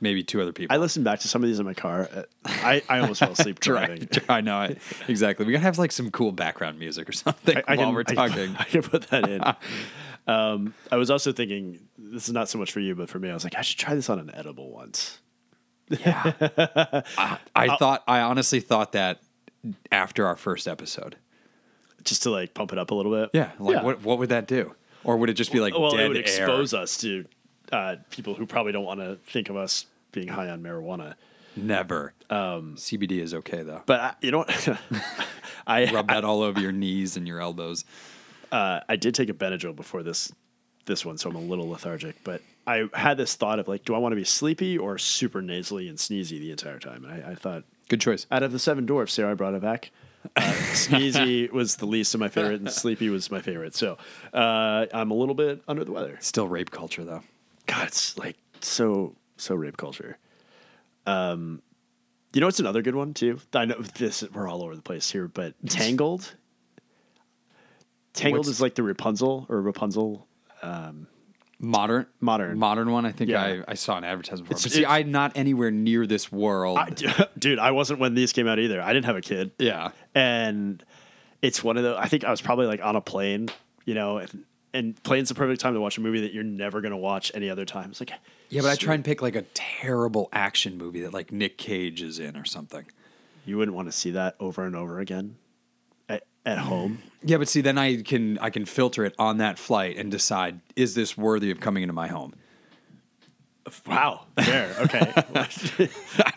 Speaker 1: maybe two other people.
Speaker 2: I listened back to some of these in my car. Uh, I, I almost fell asleep driving.
Speaker 1: I know I, exactly. We gotta have like some cool background music or something
Speaker 2: I
Speaker 1: while
Speaker 2: can-
Speaker 1: we're
Speaker 2: I-
Speaker 1: talking.
Speaker 2: I, can put that in. Um, I was also thinking this is not so much for you, but for me, I was like, I should try this on an edible once.
Speaker 1: I, I thought I honestly thought that after our first episode.
Speaker 2: just to like pump it up a little bit.
Speaker 1: Yeah, like what what would that do? Or would it just be like
Speaker 2: Well,
Speaker 1: dead
Speaker 2: it would
Speaker 1: air?
Speaker 2: expose us to uh, people who probably don't want to think of us being high on marijuana.
Speaker 1: Never. Um, CBD is okay though.
Speaker 2: But I, you know what? I
Speaker 1: Rub that all over your knees and your elbows.
Speaker 2: uh, I did take a Benadryl before this this one, so I'm a little lethargic. But I had this thought of like, do I want to be sleepy or super nasally and sneezy the entire time? And I, I thought
Speaker 1: Good choice.
Speaker 2: out of the seven dwarfs, Sarah, I brought it back. Uh, sneezy was the least of my favorite, and sleepy was my favorite. So uh, I'm a little bit under the weather.
Speaker 1: Still rape culture though.
Speaker 2: God, it's like so so rape culture. Um, you know what's another good one too? I know this we're all over the place here, but Tangled. Tangled
Speaker 1: What's-
Speaker 2: is like the Rapunzel or Rapunzel.
Speaker 1: Modern,
Speaker 2: Modern.
Speaker 1: modern one. I think
Speaker 2: Yeah.
Speaker 1: I, I saw an advertisement for.
Speaker 2: It's-
Speaker 1: but see,
Speaker 2: it's-
Speaker 1: I'm not anywhere near this world.
Speaker 2: I, dude, I wasn't when these came out either. I didn't have a kid.
Speaker 1: yeah,
Speaker 2: and it's one of the. I think I was probably like on a plane, you know, and, and plane's the perfect time to watch a movie that you're never gonna watch any other time. It's like
Speaker 1: yeah. But I try and pick like a terrible action movie that like Nick Cage is in or something.
Speaker 2: you wouldn't want to see that over and over again at, at home.
Speaker 1: Yeah, but see, then I can I can filter it on that flight and decide is this worthy of coming into my home.
Speaker 2: Wow. There. Okay.
Speaker 1: I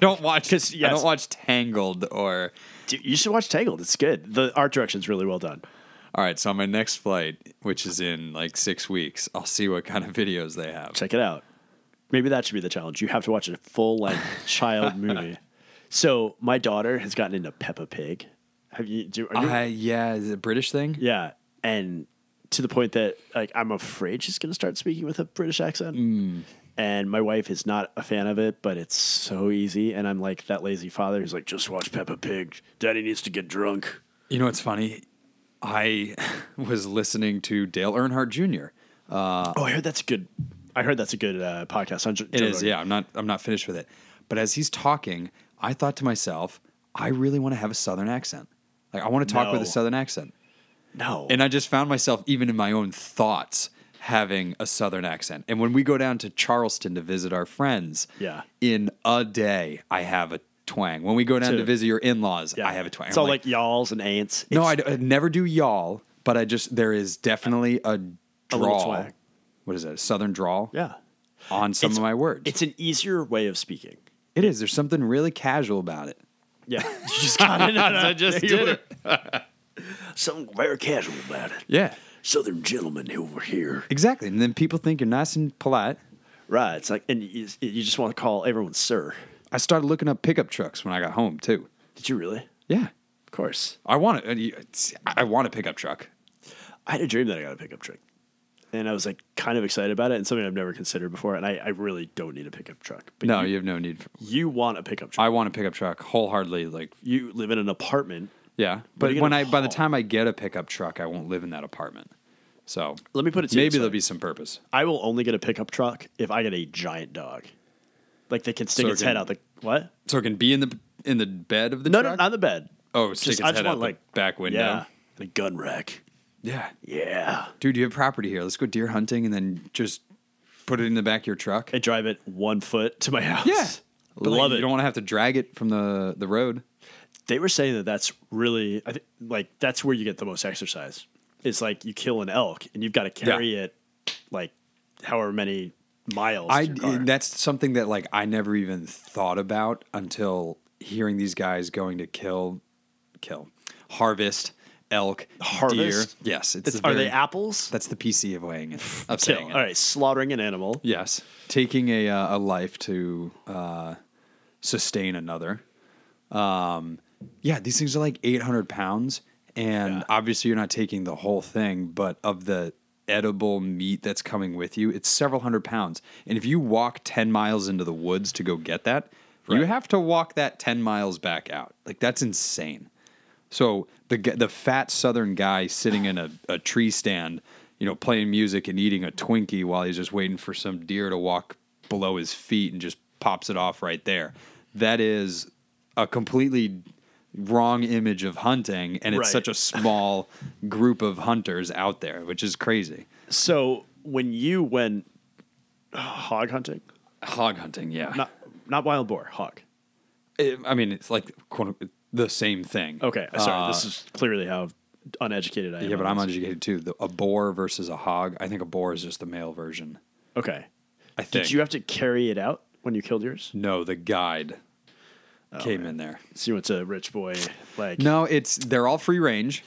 Speaker 1: don't watch. I
Speaker 2: yes.
Speaker 1: don't watch Tangled or.
Speaker 2: Dude, you should watch Tangled. It's good. The art direction's really well done.
Speaker 1: All right, so on my next flight, which is in like six weeks, I'll see what kind of videos they have.
Speaker 2: Check it out. Maybe that should be the challenge. You have to watch a full length child movie. So my daughter has gotten into Peppa Pig. Have you? Do, are you
Speaker 1: Uh, yeah, is it a British thing?
Speaker 2: yeah, and to the point that like I'm afraid she's going to start speaking with a British accent. And my wife is not a fan of it, but it's so easy. And I'm like that lazy father who's like, just watch Peppa Pig. Daddy needs to get drunk.
Speaker 1: You know what's funny? I was listening to Dale Earnhardt Jr.
Speaker 2: oh, I heard that's a good. I heard that's a good uh, podcast on. Joe
Speaker 1: It is, yeah. I'm not. I'm not finished with it. But as he's talking, I thought to myself, I really want to have a Southern accent. Like I want to talk with a
Speaker 2: No.
Speaker 1: Southern accent.
Speaker 2: No.
Speaker 1: And I just found myself, even in my own thoughts, having a Southern accent. And when we go down to Charleston to visit our friends,
Speaker 2: Yeah.
Speaker 1: in a day, I have a twang. When we go down
Speaker 2: Too.
Speaker 1: to visit your in laws,
Speaker 2: Yeah.
Speaker 1: I have a twang.
Speaker 2: It's
Speaker 1: I'm
Speaker 2: all like, y'alls and ain'ts.
Speaker 1: no, I,
Speaker 2: It's-
Speaker 1: d- I never do y'all, but I just, there is definitely a
Speaker 2: little
Speaker 1: drawl.
Speaker 2: twang.
Speaker 1: what is that? A Southern drawl?
Speaker 2: Yeah.
Speaker 1: On some
Speaker 2: It's-
Speaker 1: of my words.
Speaker 2: It's an easier way of speaking.
Speaker 1: it is. There's something really casual about it.
Speaker 2: Yeah. you just got it. I just
Speaker 1: did it.
Speaker 2: Something very casual about it.
Speaker 1: Yeah,
Speaker 2: Southern gentleman over here.
Speaker 1: exactly. And then people think you're nice and polite.
Speaker 2: Right. It's like, and you, you just want to call everyone sir.
Speaker 1: I started looking up pickup trucks when I got home, too.
Speaker 2: Did you really?
Speaker 1: Yeah.
Speaker 2: Of course.
Speaker 1: I want
Speaker 2: uh,
Speaker 1: it. I want a pickup truck.
Speaker 2: I had a dream that I got a pickup truck. And I was like kind of excited about it and something I've never considered before. And I, I really don't need a pickup truck. But
Speaker 1: No,
Speaker 2: You,
Speaker 1: you have no need. For,
Speaker 2: you want a pickup truck.
Speaker 1: I want a pickup truck wholeheartedly. Like,
Speaker 2: you live in an apartment.
Speaker 1: yeah.
Speaker 2: are
Speaker 1: But
Speaker 2: you
Speaker 1: when I,
Speaker 2: gonna
Speaker 1: by the
Speaker 2: haul?
Speaker 1: time I get a pickup truck, I won't live in that apartment. So
Speaker 2: Let me put it to you
Speaker 1: maybe
Speaker 2: this way.
Speaker 1: there'll be some purpose.
Speaker 2: I will only get a pickup truck if I get a giant dog. Like they can stick
Speaker 1: So it
Speaker 2: its head
Speaker 1: can-
Speaker 2: out the what?
Speaker 1: So it can be in the in the bed of the
Speaker 2: No, no,
Speaker 1: truck.
Speaker 2: not the bed.
Speaker 1: oh, stick its head out the back window.
Speaker 2: yeah, and a gun rack.
Speaker 1: Yeah.
Speaker 2: Yeah,
Speaker 1: dude, you have property here. Let's go deer hunting and then just put it in the back of your truck.
Speaker 2: and drive it one foot to my house.
Speaker 1: yeah,
Speaker 2: I love
Speaker 1: you
Speaker 2: it.
Speaker 1: You don't want to have to drag it from the the road.
Speaker 2: they were saying that that's really, I think, like that's where you get the most exercise. It's like you kill an elk and you've got to carry it, like however many miles. to
Speaker 1: I
Speaker 2: your car.
Speaker 1: that's something that like I never even thought about until hearing these guys going to kill, kill, harvest elk,
Speaker 2: Harvest?
Speaker 1: deer. Yes, it's,
Speaker 2: It's-
Speaker 1: the
Speaker 2: are
Speaker 1: very-
Speaker 2: they apples?
Speaker 1: That's the PC of weighing it. Of
Speaker 2: kill.
Speaker 1: saying it.
Speaker 2: All right, slaughtering an animal.
Speaker 1: Yes, taking a uh, a life to uh, sustain another. Um, yeah, these things are like eight hundred pounds, and
Speaker 2: Yeah.
Speaker 1: obviously you're not taking the whole thing, but of the edible meat that's coming with you, it's several hundred pounds. And if you walk ten miles into the woods to go get that, you
Speaker 2: Right.
Speaker 1: have to walk that ten miles back out. Like that's insane. So the g- the fat Southern guy sitting in a, a tree stand, you know, playing music and eating a Twinkie while he's just waiting for some deer to walk below his feet and just pops it off right there. That is a completely wrong image of hunting, and it's
Speaker 2: Right.
Speaker 1: such a small group of hunters out there, which is crazy.
Speaker 2: So when you went hog hunting,
Speaker 1: Hog hunting, yeah.
Speaker 2: not not wild boar, hog.
Speaker 1: It- I mean, it's like quote unquote, the same thing.
Speaker 2: Okay, sorry.
Speaker 1: Uh,
Speaker 2: this is clearly how uneducated I am.
Speaker 1: yeah, but
Speaker 2: on
Speaker 1: I'm
Speaker 2: this.
Speaker 1: uneducated too. The, a boar versus a hog. I think a boar is just the male version.
Speaker 2: Okay.
Speaker 1: I think.
Speaker 2: Did you have to carry it out when you killed yours?
Speaker 1: No, the guide
Speaker 2: Oh,
Speaker 1: came in there.
Speaker 2: So you went to rich boy like
Speaker 1: No, it's they're all free range.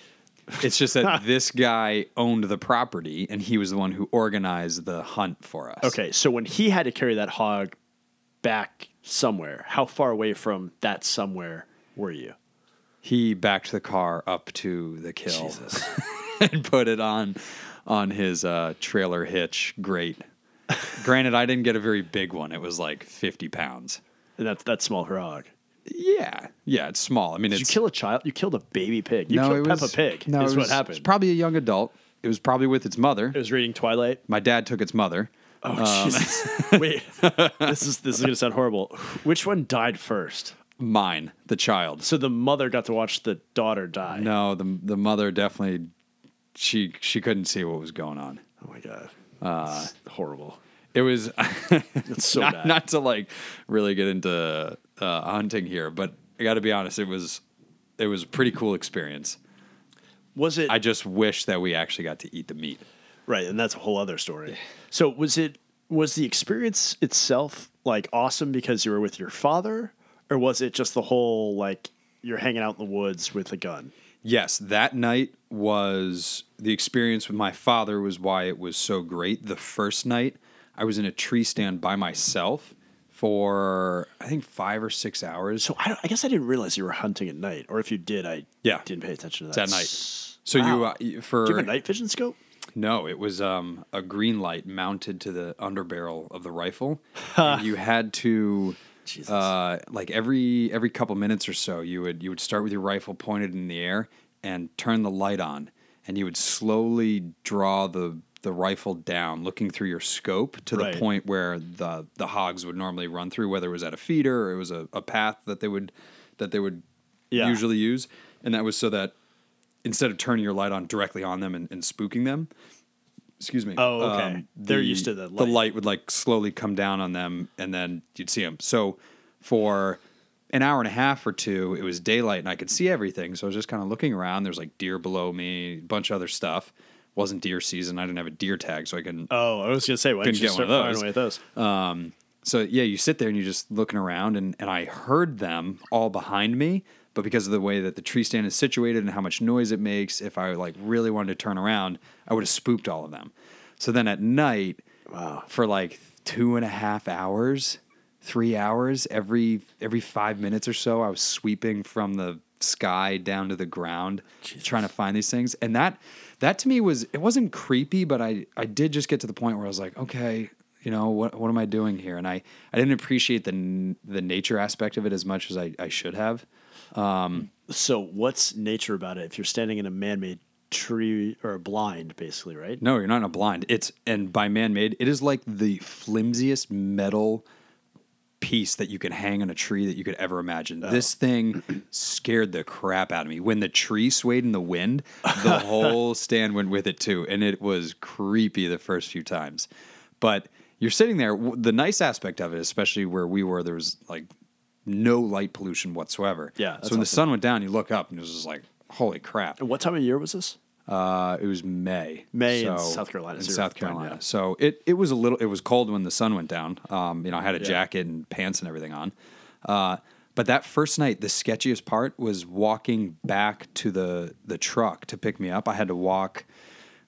Speaker 1: It's just that this guy owned the property and he was the one who organized the hunt for us.
Speaker 2: Okay, so when he had to carry that hog back somewhere, how far away from that somewhere were you?
Speaker 1: He backed the car up to the kill and put it on on his uh, trailer hitch grate. Granted, I didn't get a very big one. It was like 50 pounds.
Speaker 2: And that's that small hog.
Speaker 1: Yeah. Yeah, it's small. I mean,
Speaker 2: Did you
Speaker 1: it's
Speaker 2: kill a child? You killed a baby pig. You
Speaker 1: no,
Speaker 2: killed
Speaker 1: it was,
Speaker 2: Peppa Pig.
Speaker 1: No,
Speaker 2: is
Speaker 1: it was,
Speaker 2: what happened.
Speaker 1: It's probably a young adult. It was probably with its mother.
Speaker 2: it was reading Twilight.
Speaker 1: My dad took its mother.
Speaker 2: Oh Jesus! Wait, this is this is gonna sound horrible. Which one died first?
Speaker 1: Mine, the child.
Speaker 2: So the mother got to watch the daughter die.
Speaker 1: No, the the mother definitely she she couldn't see what was going on.
Speaker 2: Oh my god, uh, horrible.
Speaker 1: It was
Speaker 2: It's so
Speaker 1: not,
Speaker 2: bad.
Speaker 1: not to like really get into uh, hunting here, but I got to be honest, it was it was a pretty cool experience.
Speaker 2: was it
Speaker 1: I just wish that we actually got to eat the meat.
Speaker 2: Right, and that's a whole other story. So was it was the experience itself like awesome because you were with your father, or was it just the whole like you're hanging out in the woods with a gun?
Speaker 1: Yes, that night was the experience with my father was why it was so great. The first night, I was in a tree stand by myself for I think 5 or 6 hours.
Speaker 2: So I, don't- I guess I didn't realize you were hunting at night, or if you did, I
Speaker 1: Yeah.
Speaker 2: didn't pay attention to that
Speaker 1: that night. So you uh, for
Speaker 2: Do you have a night vision scope?
Speaker 1: No, it was um, a green light mounted to the underbarrel of the rifle. and you had to,
Speaker 2: Jesus.
Speaker 1: uh, like every every couple minutes or so, you would you would start with your rifle pointed in the air and turn the light on, and you would slowly draw the the rifle down, looking through your scope to
Speaker 2: Right.
Speaker 1: the point where the the hogs would normally run through, whether it was at a feeder or it was a, a path that they would that they would
Speaker 2: Yeah.
Speaker 1: usually use, and that was so that instead of turning your light on directly on them and, and spooking them, excuse me. um,
Speaker 2: Oh, okay. They're used to the
Speaker 1: The
Speaker 2: light.
Speaker 1: light would like slowly come down on them, and then you'd see them. So for an hour and a half or two, it was daylight, and I could see everything. So I was just kind of looking around. There's like deer below me, a bunch of other stuff. Wasn't deer season. I didn't have a deer tag, so I couldn't
Speaker 2: Oh, I was gonna say, why didn't
Speaker 1: Couldn't
Speaker 2: you
Speaker 1: get
Speaker 2: start
Speaker 1: one of
Speaker 2: firing
Speaker 1: those.
Speaker 2: away at those?
Speaker 1: so yeah, you sit there and you're just looking around, and, and I heard them all behind me. But because of the way that the tree stand is situated and how much noise it makes, if I like really wanted to turn around, I would have spooked all of them. So then at night, wow. for like two and a half hours, three hours, every every five minutes or so, I was sweeping from the sky down to the ground, trying to find these things. And that that to me was it wasn't creepy, but I I did just get to the point where I was like, okay, you know what what am I doing here? And I I didn't appreciate the n- the nature aspect of it as much as I, I should have.
Speaker 2: So what's nature about it? If you're standing in a man-made tree or a blind, basically, right?
Speaker 1: No, you're not in a blind. It's and by man made, it is like the flimsiest metal piece that you can hang on a tree that you could ever imagine.
Speaker 2: Oh.
Speaker 1: This thing scared the crap out of me. When the tree swayed in the wind, the whole stand went with it too, and it was creepy the first few times. But you're sitting there. w- The nice aspect of it, especially where we were, there was like no light pollution whatsoever.
Speaker 2: Yeah,
Speaker 1: So
Speaker 2: that's
Speaker 1: when the
Speaker 2: awesome.
Speaker 1: sun went down, you look up and it was just like, holy crap.
Speaker 2: And what time of year was this?
Speaker 1: Uh, it was May.
Speaker 2: May in South Carolina,
Speaker 1: In
Speaker 2: so you're
Speaker 1: South
Speaker 2: fine,
Speaker 1: Carolina.
Speaker 2: yeah.
Speaker 1: So it, it was a little. It was cold when the sun went down. Um, you know, I had a
Speaker 2: Yeah.
Speaker 1: jacket and pants and everything on. Uh, but that first night, the sketchiest part was walking back to the the truck to pick me up. I had to walk.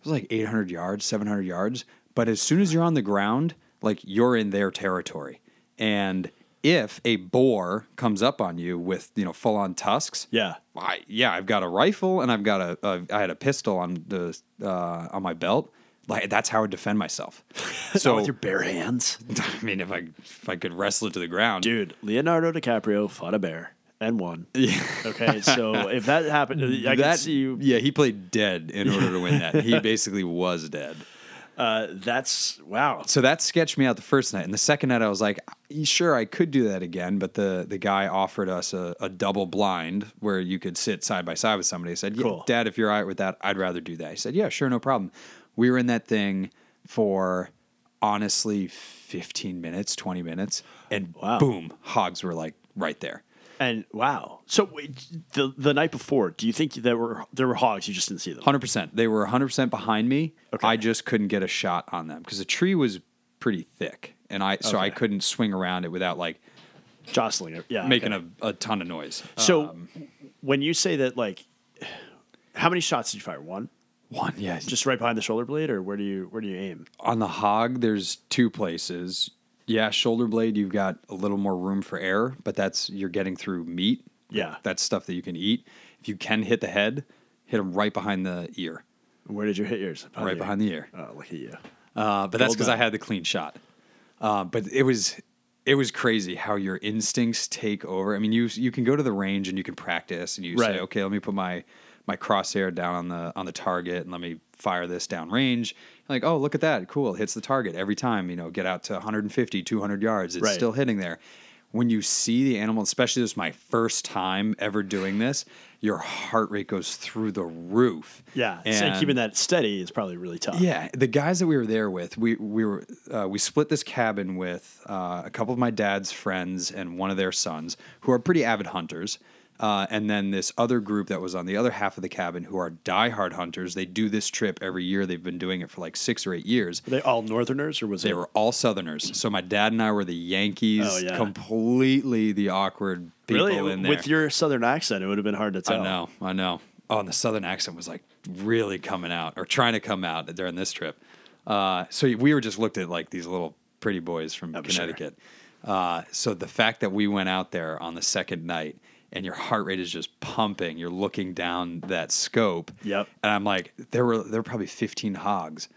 Speaker 1: It was like 800 yards, 700 yards. But as soon as you're on the ground, like you're in their territory, and if a boar comes up on you with you know full on tusks,
Speaker 2: Yeah.
Speaker 1: I, yeah, I've got a rifle and I've got a, a I had a pistol on the uh, on my belt. Like that's how I defend myself.
Speaker 2: Not
Speaker 1: So
Speaker 2: with your bare hands.
Speaker 1: I mean, if I if I could wrestle it to the ground,
Speaker 2: Dude, Leonardo DiCaprio fought a bear and won. Okay, so if that happened, I
Speaker 1: that
Speaker 2: can see you.
Speaker 1: yeah, he played dead in order to win that. he basically was dead.
Speaker 2: Uh, that's wow.
Speaker 1: So that sketched me out the first night, and the second night I was like, sure, I could do that again. But the the guy offered us a, a double blind where you could sit side by side with somebody. I said, yeah,
Speaker 2: Cool.
Speaker 1: Dad, if you're all right with that, I'd rather do that. He said, Yeah, sure, no problem. We were in that thing for honestly 15 minutes, 20 minutes, and
Speaker 2: Wow.
Speaker 1: boom, hogs were like right there.
Speaker 2: And wow. So wait, the the night before, do you think there were there were hogs you just didn't see them?
Speaker 1: 100%. They were 100% behind me.
Speaker 2: Okay.
Speaker 1: I just couldn't get a shot on them because the tree was pretty thick. And I, so I couldn't swing around it without like
Speaker 2: Jostling it. Yeah.
Speaker 1: making
Speaker 2: okay.
Speaker 1: a, a ton of noise.
Speaker 2: So
Speaker 1: um,
Speaker 2: when you say that like how many shots did you fire? One?
Speaker 1: one, yeah,
Speaker 2: Just right behind the shoulder blade or where do you where do you aim?
Speaker 1: on the hog there's two places yeah shoulder blade you've got a little more room for error but that's you're getting through meat
Speaker 2: Yeah.
Speaker 1: that's stuff that you can eat if you can hit the head hit them right behind the ear
Speaker 2: Where did you hit yours?
Speaker 1: right behind the ear
Speaker 2: Oh, look at you.
Speaker 1: uh, but that's
Speaker 2: Well
Speaker 1: because i had the clean shot uh, but it was it was crazy how your instincts take over i mean you you can go to the range and you can practice and you
Speaker 2: Right.
Speaker 1: say okay let me put my my crosshair down on the on the target and let me fire this down range like oh look at that cool it hits the target every time you know get out to 150 200 yards it's
Speaker 2: Right.
Speaker 1: still hitting there when you see the animal especially this is my first time ever doing this your heart rate goes through the roof
Speaker 2: Yeah. so keeping that steady is probably really tough.
Speaker 1: yeah, the guys that we were there with, we we were uh, we split this cabin with uh, a couple of my dad's friends and one of their sons, who are pretty avid hunters, uh, and then this other group that was on the other half of the cabin, who are diehard hunters. They do this trip every year. They've been doing it for like six or eight years.
Speaker 2: Were they all northerners or was
Speaker 1: They
Speaker 2: it
Speaker 1: were all Southerners, so my dad and I were the Yankees,
Speaker 2: Oh, yeah.
Speaker 1: completely the awkward people
Speaker 2: really
Speaker 1: in there.
Speaker 2: with your southern accent it would have been hard to tell.
Speaker 1: I know, I know. Oh, and the southern accent was like really coming out or trying to come out during this trip. Uh, so we were just looked at like these little pretty boys from
Speaker 2: I'm Oh, sure.
Speaker 1: Connecticut. Uh, so the fact that we went out there on the second night and your heart rate is just pumping, you're looking down that scope.
Speaker 2: Yep.
Speaker 1: And I'm like, there were there were probably 15 hogs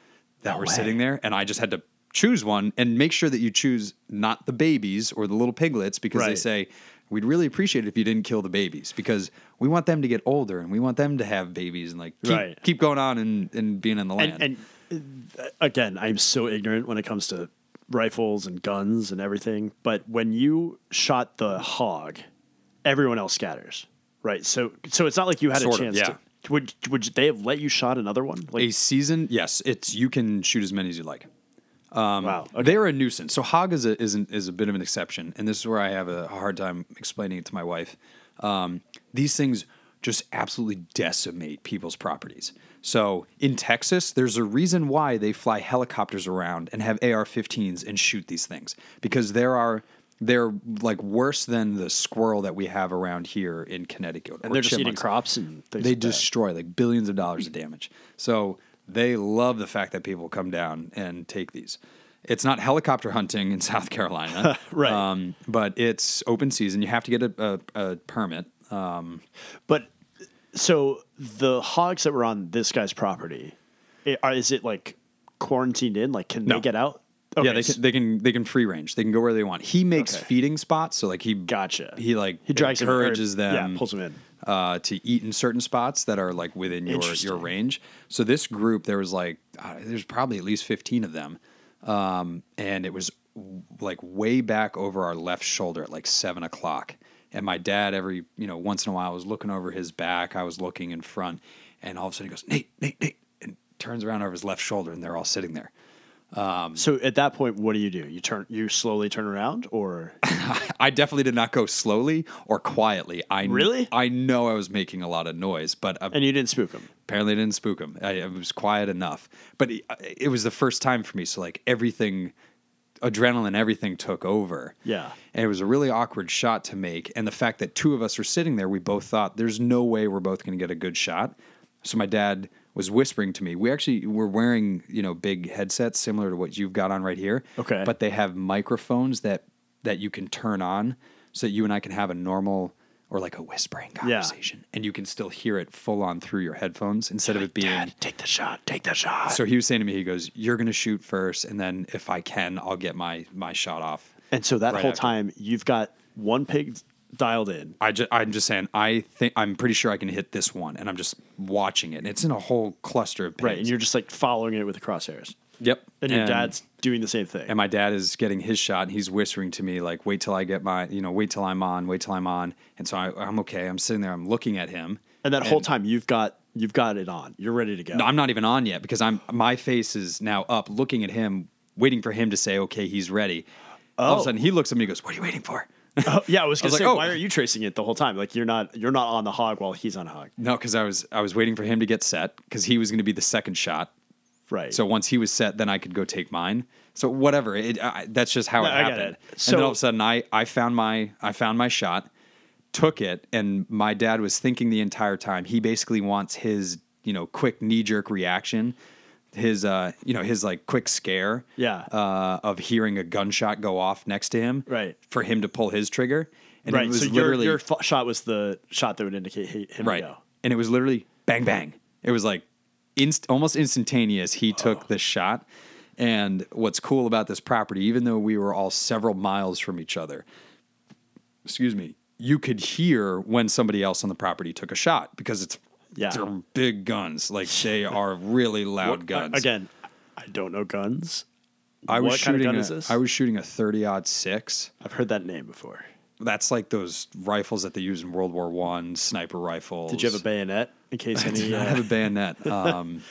Speaker 1: that were
Speaker 2: way.
Speaker 1: sitting there, and I just had to choose one and make sure that you choose not the babies or the little piglets because they
Speaker 2: Right.
Speaker 1: say we'd really appreciate it if you didn't kill the babies because we want them to get older and we want them to have babies and like keep,
Speaker 2: Right.
Speaker 1: keep going on and, and being in the land.
Speaker 2: and, and uh, again, I'm so ignorant when it comes to rifles and guns and everything. But when you shot the hog, everyone else scatters, right? So, so it's not like you had
Speaker 1: Sort
Speaker 2: a
Speaker 1: of,
Speaker 2: chance.
Speaker 1: yeah.
Speaker 2: to, would would they have let you shot another one?
Speaker 1: a
Speaker 2: Like,
Speaker 1: season, yes, it's you can shoot as many as you like. um,
Speaker 2: wow. Okay.
Speaker 1: They're a nuisance. So hog is a, is, an, is a bit of an exception, and this is where I have a hard time explaining it to my wife. Um, these things just absolutely decimate people's properties. So in Texas, there's a reason why they fly helicopters around and have AR-15s and shoot these things because there are they're like worse than the squirrel that we have around here in Connecticut.
Speaker 2: and they're just eating crops and things
Speaker 1: They
Speaker 2: like that.
Speaker 1: destroy like billions of dollars of damage. So they love the fact that people come down and take these. It's not helicopter hunting in South Carolina,
Speaker 2: Right.
Speaker 1: Um, but it's open season. You have to get a, a, a permit. Um,
Speaker 2: But so the hogs that were on this guy's property, i- are is it like quarantined in? Like, can
Speaker 1: No.
Speaker 2: they get out?
Speaker 1: yeah, they
Speaker 2: so-
Speaker 1: can, they can they can free range. They can go where they want. He makes
Speaker 2: Okay.
Speaker 1: feeding spots, so like he
Speaker 2: Gotcha.
Speaker 1: He like
Speaker 2: He drags them- or-
Speaker 1: encourages them.
Speaker 2: yeah, pulls them in.
Speaker 1: uh, to eat in certain spots that are like within your your
Speaker 2: Interesting.
Speaker 1: range. So this group, there was like uh, there's probably at least fifteen of them, um, and it was w- like way back over our left shoulder at like seven o'clock. And my dad, every you know, once in a while, was looking over his back. I was looking in front, and all of a sudden he goes, Nate, Nate, Nate, and turns around over his left shoulder, and they're all sitting there. Um,
Speaker 2: So at that point, what do you do? You turn, you slowly turn around, or
Speaker 1: I definitely did not go slowly or quietly. I kn-
Speaker 2: Really?
Speaker 1: I know I was making a lot of noise, but uh,
Speaker 2: and you didn't spook him.
Speaker 1: apparently it didn't spook him I, it was quiet enough but it, it was the first time for me so like everything adrenaline everything took over
Speaker 2: Yeah.
Speaker 1: and it was a really awkward shot to make and the fact that two of us were sitting there we both thought there's no way we're both going to get a good shot so my dad was whispering to me we actually were wearing you know big headsets similar to what you've got on right here
Speaker 2: Okay.
Speaker 1: but they have microphones that that you can turn on so that you and i can have a normal or like a whispering conversation and you can still hear it full on through your headphones instead of it being
Speaker 2: take the shot. Take the shot.
Speaker 1: so he was saying to me he goes you're going to shoot first and then if i can i'll get my my shot off
Speaker 2: and so that
Speaker 1: Right
Speaker 2: whole
Speaker 1: after.
Speaker 2: time, you've got one pig dialed in.
Speaker 1: I just, I'm just saying, I think I'm pretty sure I can hit this one, and I'm just watching it. And it's in a whole cluster of pigs.
Speaker 2: Right. And you're just like following it with the crosshairs.
Speaker 1: yep.
Speaker 2: And your dad's doing the same thing.
Speaker 1: and my dad is getting his shot, and he's whispering to me like, "Wait till I get my, you know, wait till I'm on, wait till I'm on." And so I, I'm okay. I'm sitting there, I'm looking at him,
Speaker 2: And that whole time, you've got You've got it on. You're ready to go.
Speaker 1: No, I'm not even on yet because I'm my face is now up, looking at him, waiting for him to say, "Okay, he's ready." All of a
Speaker 2: Oh.
Speaker 1: sudden, he looks at me and goes, "What are you waiting for?"
Speaker 2: Oh, yeah, I was gonna
Speaker 1: was
Speaker 2: say,
Speaker 1: like, oh.
Speaker 2: why are you tracing it the whole time? Like you're not you're not on the hog while he's on hog.
Speaker 1: no, because I was I was waiting for him to get set because he was going to be the second shot.
Speaker 2: Right.
Speaker 1: So once he was set, then I could go take mine. So whatever, it, I, that's just how it
Speaker 2: No, I get
Speaker 1: happened.
Speaker 2: it.
Speaker 1: and then
Speaker 2: So-
Speaker 1: all of a sudden, I I found my I found my shot, took it, and my dad was thinking the entire time. He basically wants his you know quick knee jerk reaction, his uh you know his like quick scare
Speaker 2: Yeah.
Speaker 1: uh, of hearing a gunshot go off next to him
Speaker 2: Right.
Speaker 1: for him to pull his trigger. And it
Speaker 2: right.
Speaker 1: was
Speaker 2: So your,
Speaker 1: literally
Speaker 2: your f- shot was the shot that would indicate he, him
Speaker 1: right.
Speaker 2: to go.
Speaker 1: And it was literally bang bang. It was like inst- almost instantaneous. He took the shot. And what's cool about this property, even though we were all several miles from each other, excuse me, you could hear when somebody else on the property took a shot because it's
Speaker 2: Yeah.
Speaker 1: they're big guns. Like they are really loud guns.
Speaker 2: Uh, again, I don't know guns.
Speaker 1: I was
Speaker 2: what kind
Speaker 1: shooting
Speaker 2: of gun
Speaker 1: a,
Speaker 2: is this?
Speaker 1: I was shooting a thirty odd six.
Speaker 2: I've heard that name before.
Speaker 1: That's like those rifles that they use in World War One, sniper rifles.
Speaker 2: Did you have a bayonet in case any
Speaker 1: I
Speaker 2: uh,
Speaker 1: have a bayonet. Um,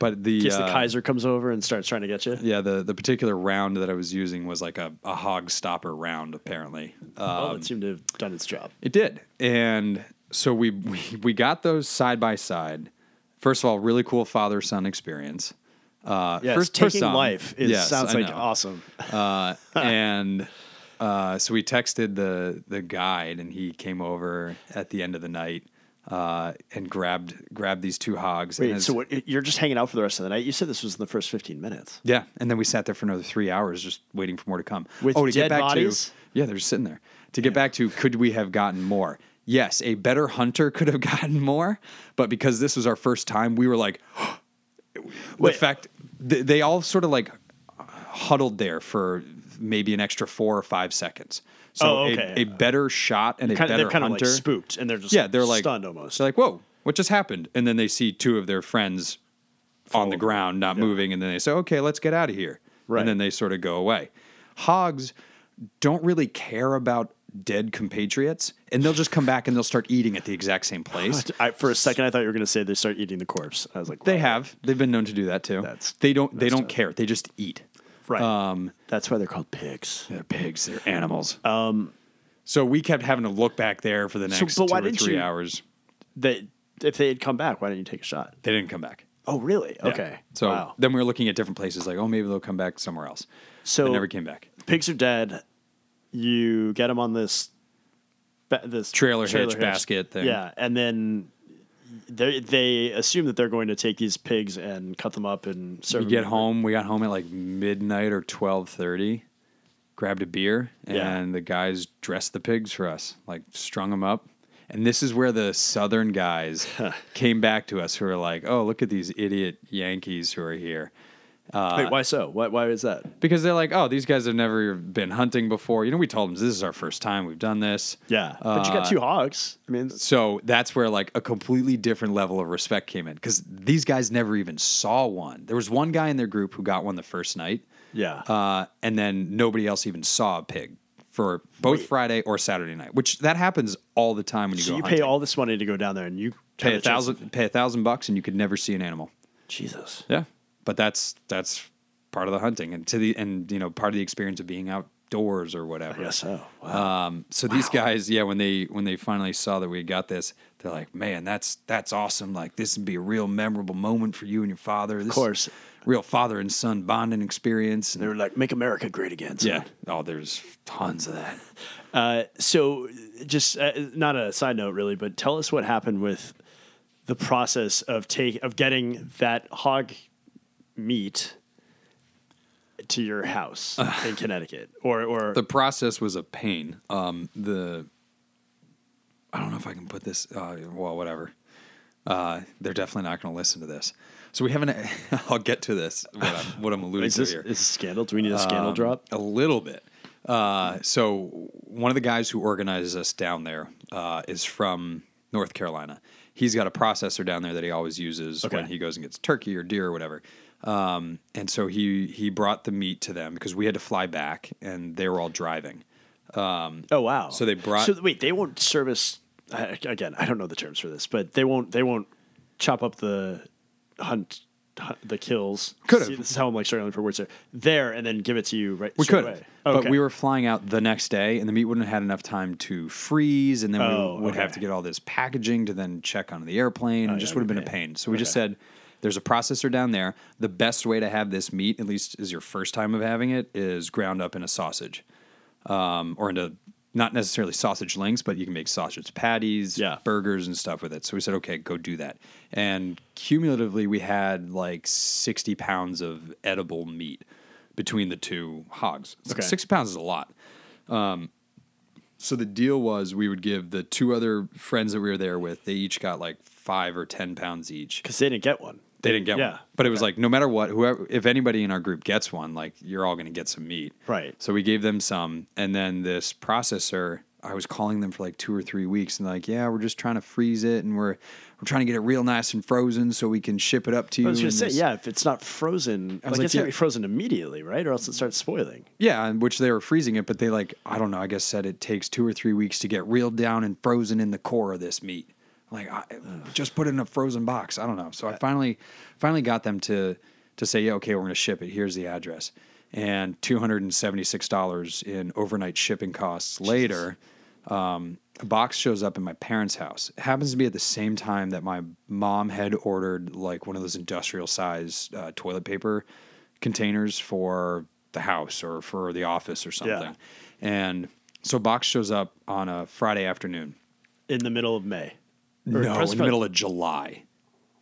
Speaker 1: but the
Speaker 2: in case the
Speaker 1: uh,
Speaker 2: Kaiser comes over and starts trying to get you?
Speaker 1: yeah the the particular round that I was using was like a, a hog stopper round apparently. Uh,
Speaker 2: well, it seemed to have done its job.
Speaker 1: it did, and so we, we we got those side by side. First of all, really cool father son experience. Uh,
Speaker 2: Yes,
Speaker 1: first
Speaker 2: taking
Speaker 1: first on-
Speaker 2: life is,
Speaker 1: Yes,
Speaker 2: sounds
Speaker 1: I
Speaker 2: like
Speaker 1: know.
Speaker 2: awesome.
Speaker 1: uh, and uh, so we texted the the guide, and he came over at the end of the night uh, and grabbed grabbed these two hogs. and
Speaker 2: Wait,
Speaker 1: as-
Speaker 2: so what, you're just hanging out for the rest of the night? You said this was in the first 15 minutes.
Speaker 1: yeah, and then we sat there for another three hours, just waiting for more to come. Oh, to
Speaker 2: With dead bodies?
Speaker 1: to yeah, they're just sitting there. To get back to, could we have gotten more? Yes, a better hunter could have gotten more, but because this was our first time, we were like,
Speaker 2: Wait.
Speaker 1: the fact th- they all sort of like huddled there for maybe an extra four or five seconds. So
Speaker 2: Oh,
Speaker 1: a-
Speaker 2: okay.
Speaker 1: a, better shot and a
Speaker 2: Kinda-
Speaker 1: better
Speaker 2: they're kind of like
Speaker 1: hunter.
Speaker 2: spooked and they're just
Speaker 1: yeah, they're like
Speaker 2: stunned almost.
Speaker 1: They're like, "Whoa, what just happened?" And then they see two of their friends on the ground, not moving, and then they say, "Okay, let's get out of here."
Speaker 2: Right.
Speaker 1: And then they sort of go away. Hogs don't really care about dead compatriots, and they'll just come back and they'll start eating at the exact same place.
Speaker 2: I, for a second, I thought you were going to say they start eating the corpse. I was like,
Speaker 1: They
Speaker 2: wow.
Speaker 1: have. They've been known to do that too.
Speaker 2: That's-
Speaker 1: they don't. They
Speaker 2: that's
Speaker 1: don't
Speaker 2: tough.
Speaker 1: care. They just eat.
Speaker 2: Right.
Speaker 1: Um,
Speaker 2: That's why they're called pigs.
Speaker 1: They're pigs. They're animals. Um, so we kept having to look back there for the next
Speaker 2: but
Speaker 1: two
Speaker 2: why
Speaker 1: or
Speaker 2: didn't
Speaker 1: three
Speaker 2: you-
Speaker 1: hours.
Speaker 2: They, if they had come back, why didn't you take a shot?
Speaker 1: They didn't come back.
Speaker 2: Oh, really?
Speaker 1: Yeah.
Speaker 2: Okay.
Speaker 1: So
Speaker 2: wow.
Speaker 1: then we were looking at different places, like, oh, maybe they'll come back somewhere else.
Speaker 2: So-
Speaker 1: they never came back.
Speaker 2: pigs are dead. You get them on this ba- this
Speaker 1: Trailer hitch basket thing.
Speaker 2: Yeah, and then they they assume that they're going to take these pigs and cut them up and serve.
Speaker 1: We
Speaker 2: them
Speaker 1: get home. We got home at like midnight or twelve thirty. Grabbed a beer, and
Speaker 2: Yeah.
Speaker 1: the guys dressed the pigs for us, like strung them up. And this is where the southern guys came back to us, who were like, "Oh, look at these idiot Yankees who are here."
Speaker 2: Wait, why so? Why why is that?
Speaker 1: because they're like, oh, these guys have never been hunting before. You know, we told them this is our first time we've done this.
Speaker 2: Yeah, but you got
Speaker 1: Uh,
Speaker 2: two hogs. I mean,
Speaker 1: So that's where like a completely different level of respect came in because these guys never even saw one. There was one guy in their group who got one the first night,
Speaker 2: yeah,
Speaker 1: uh, and then nobody else even saw a pig for both Friday or Saturday night, which that happens all the time when you
Speaker 2: so
Speaker 1: go
Speaker 2: you
Speaker 1: hunting.
Speaker 2: pay all this money to go down there and you
Speaker 1: pay
Speaker 2: kinda
Speaker 1: a
Speaker 2: just-
Speaker 1: thousand, pay a thousand bucks, and you could never see an animal.
Speaker 2: Jesus.
Speaker 1: Yeah, but that's that's part of the hunting and to the and you know part of the experience of being outdoors or whatever.
Speaker 2: I guess so. Wow.
Speaker 1: Um, so these guys, yeah, when they when they finally saw that we had got this, they're like, "Man, that's that's awesome! Like this would be a real memorable moment for you and your father. This is
Speaker 2: course.
Speaker 1: real father and son bonding experience." And
Speaker 2: They were like, "Make America great again." son."
Speaker 1: yeah, oh, there's tons of that.
Speaker 2: Uh, so, just uh, not a side note, really, but tell us what happened with the process of take of getting that hog meat to your house in Connecticut, or or
Speaker 1: Uh, The process was a pain. Um, the I don't know if I can put this. Uh, well, whatever. Uh, they're definitely not going to listen to this. So we haven't. I'll get to this. What I'm, what I'm alluding
Speaker 2: is
Speaker 1: to
Speaker 2: this
Speaker 1: here.
Speaker 2: is this scandal? Do we need a scandal
Speaker 1: Um,
Speaker 2: drop?
Speaker 1: A little bit. Uh, so one of the guys who organizes us down there uh, is from North Carolina. He's got a processor down there that he always uses when
Speaker 2: Okay.
Speaker 1: he goes and gets turkey or deer or whatever. Um, and so he he brought the meat to them because we had to fly back and they were all driving.
Speaker 2: Oh wow!
Speaker 1: so they brought-
Speaker 2: So wait, they won't service I- again. I don't know the terms for this, but they won't they won't chop up the hunt, hunt the kills.
Speaker 1: Could've.
Speaker 2: See, This is how I'm like struggling for words there. There and then give it to you right.
Speaker 1: We
Speaker 2: straight
Speaker 1: could have,
Speaker 2: away.
Speaker 1: but we were flying out the next day, and the meat wouldn't have had enough time to freeze, and then
Speaker 2: Oh,
Speaker 1: we would have
Speaker 2: okay.
Speaker 1: to get all this packaging to then check on the airplane, and
Speaker 2: yeah,
Speaker 1: just would have been a
Speaker 2: pain.
Speaker 1: pain. So we just said, "There's a processor down there. The best way to have this meat, at least is your first time of having it, is ground up in a sausage, um, or into not necessarily sausage links, but you can make sausage patties,
Speaker 2: Yeah.
Speaker 1: burgers, and stuff with it." So we said, "Okay, go do that." And cumulatively, we had like 60 pounds of edible meat between the two hogs.
Speaker 2: Okay.
Speaker 1: Six pounds is a lot. Um, so the deal was we would give the two other friends that we were there with, they each got like five or 10 pounds each.
Speaker 2: because they didn't get one.
Speaker 1: They didn't get
Speaker 2: Yeah.
Speaker 1: one. But it was like, no matter what, whoever, if anybody in our group gets one, like you're all going to get some meat.
Speaker 2: Right.
Speaker 1: So we gave them some. And then this processor, I was calling them for like two or three weeks and like, yeah, we're just trying to freeze it and we're, we're trying to get it real nice and frozen so we can ship it up to you.
Speaker 2: I was gonna
Speaker 1: in
Speaker 2: say,
Speaker 1: this-
Speaker 2: yeah, if it's not frozen,
Speaker 1: was
Speaker 2: like,
Speaker 1: like,
Speaker 2: it's gonna
Speaker 1: yeah.
Speaker 2: be frozen immediately, right? Or else it starts spoiling.
Speaker 1: Yeah, in which they were freezing it, but they like I don't know. I guess said it takes two or three weeks to get reeled down and frozen in the core of this meat. Like, I, just put it in a frozen box. I don't know. So I finally, finally got them to to say, yeah, okay, we're gonna ship it. Here's the address, and two hundred and seventy six dollars in overnight shipping costs later. Um, a box shows up in my parents' house. It happens to be at the same time that my mom had ordered like one of those industrial size uh, toilet paper containers for the house or for the office or something. And so box shows up on a Friday afternoon.
Speaker 2: in the middle of May. Or
Speaker 1: no,
Speaker 2: press-
Speaker 1: in the middle of July.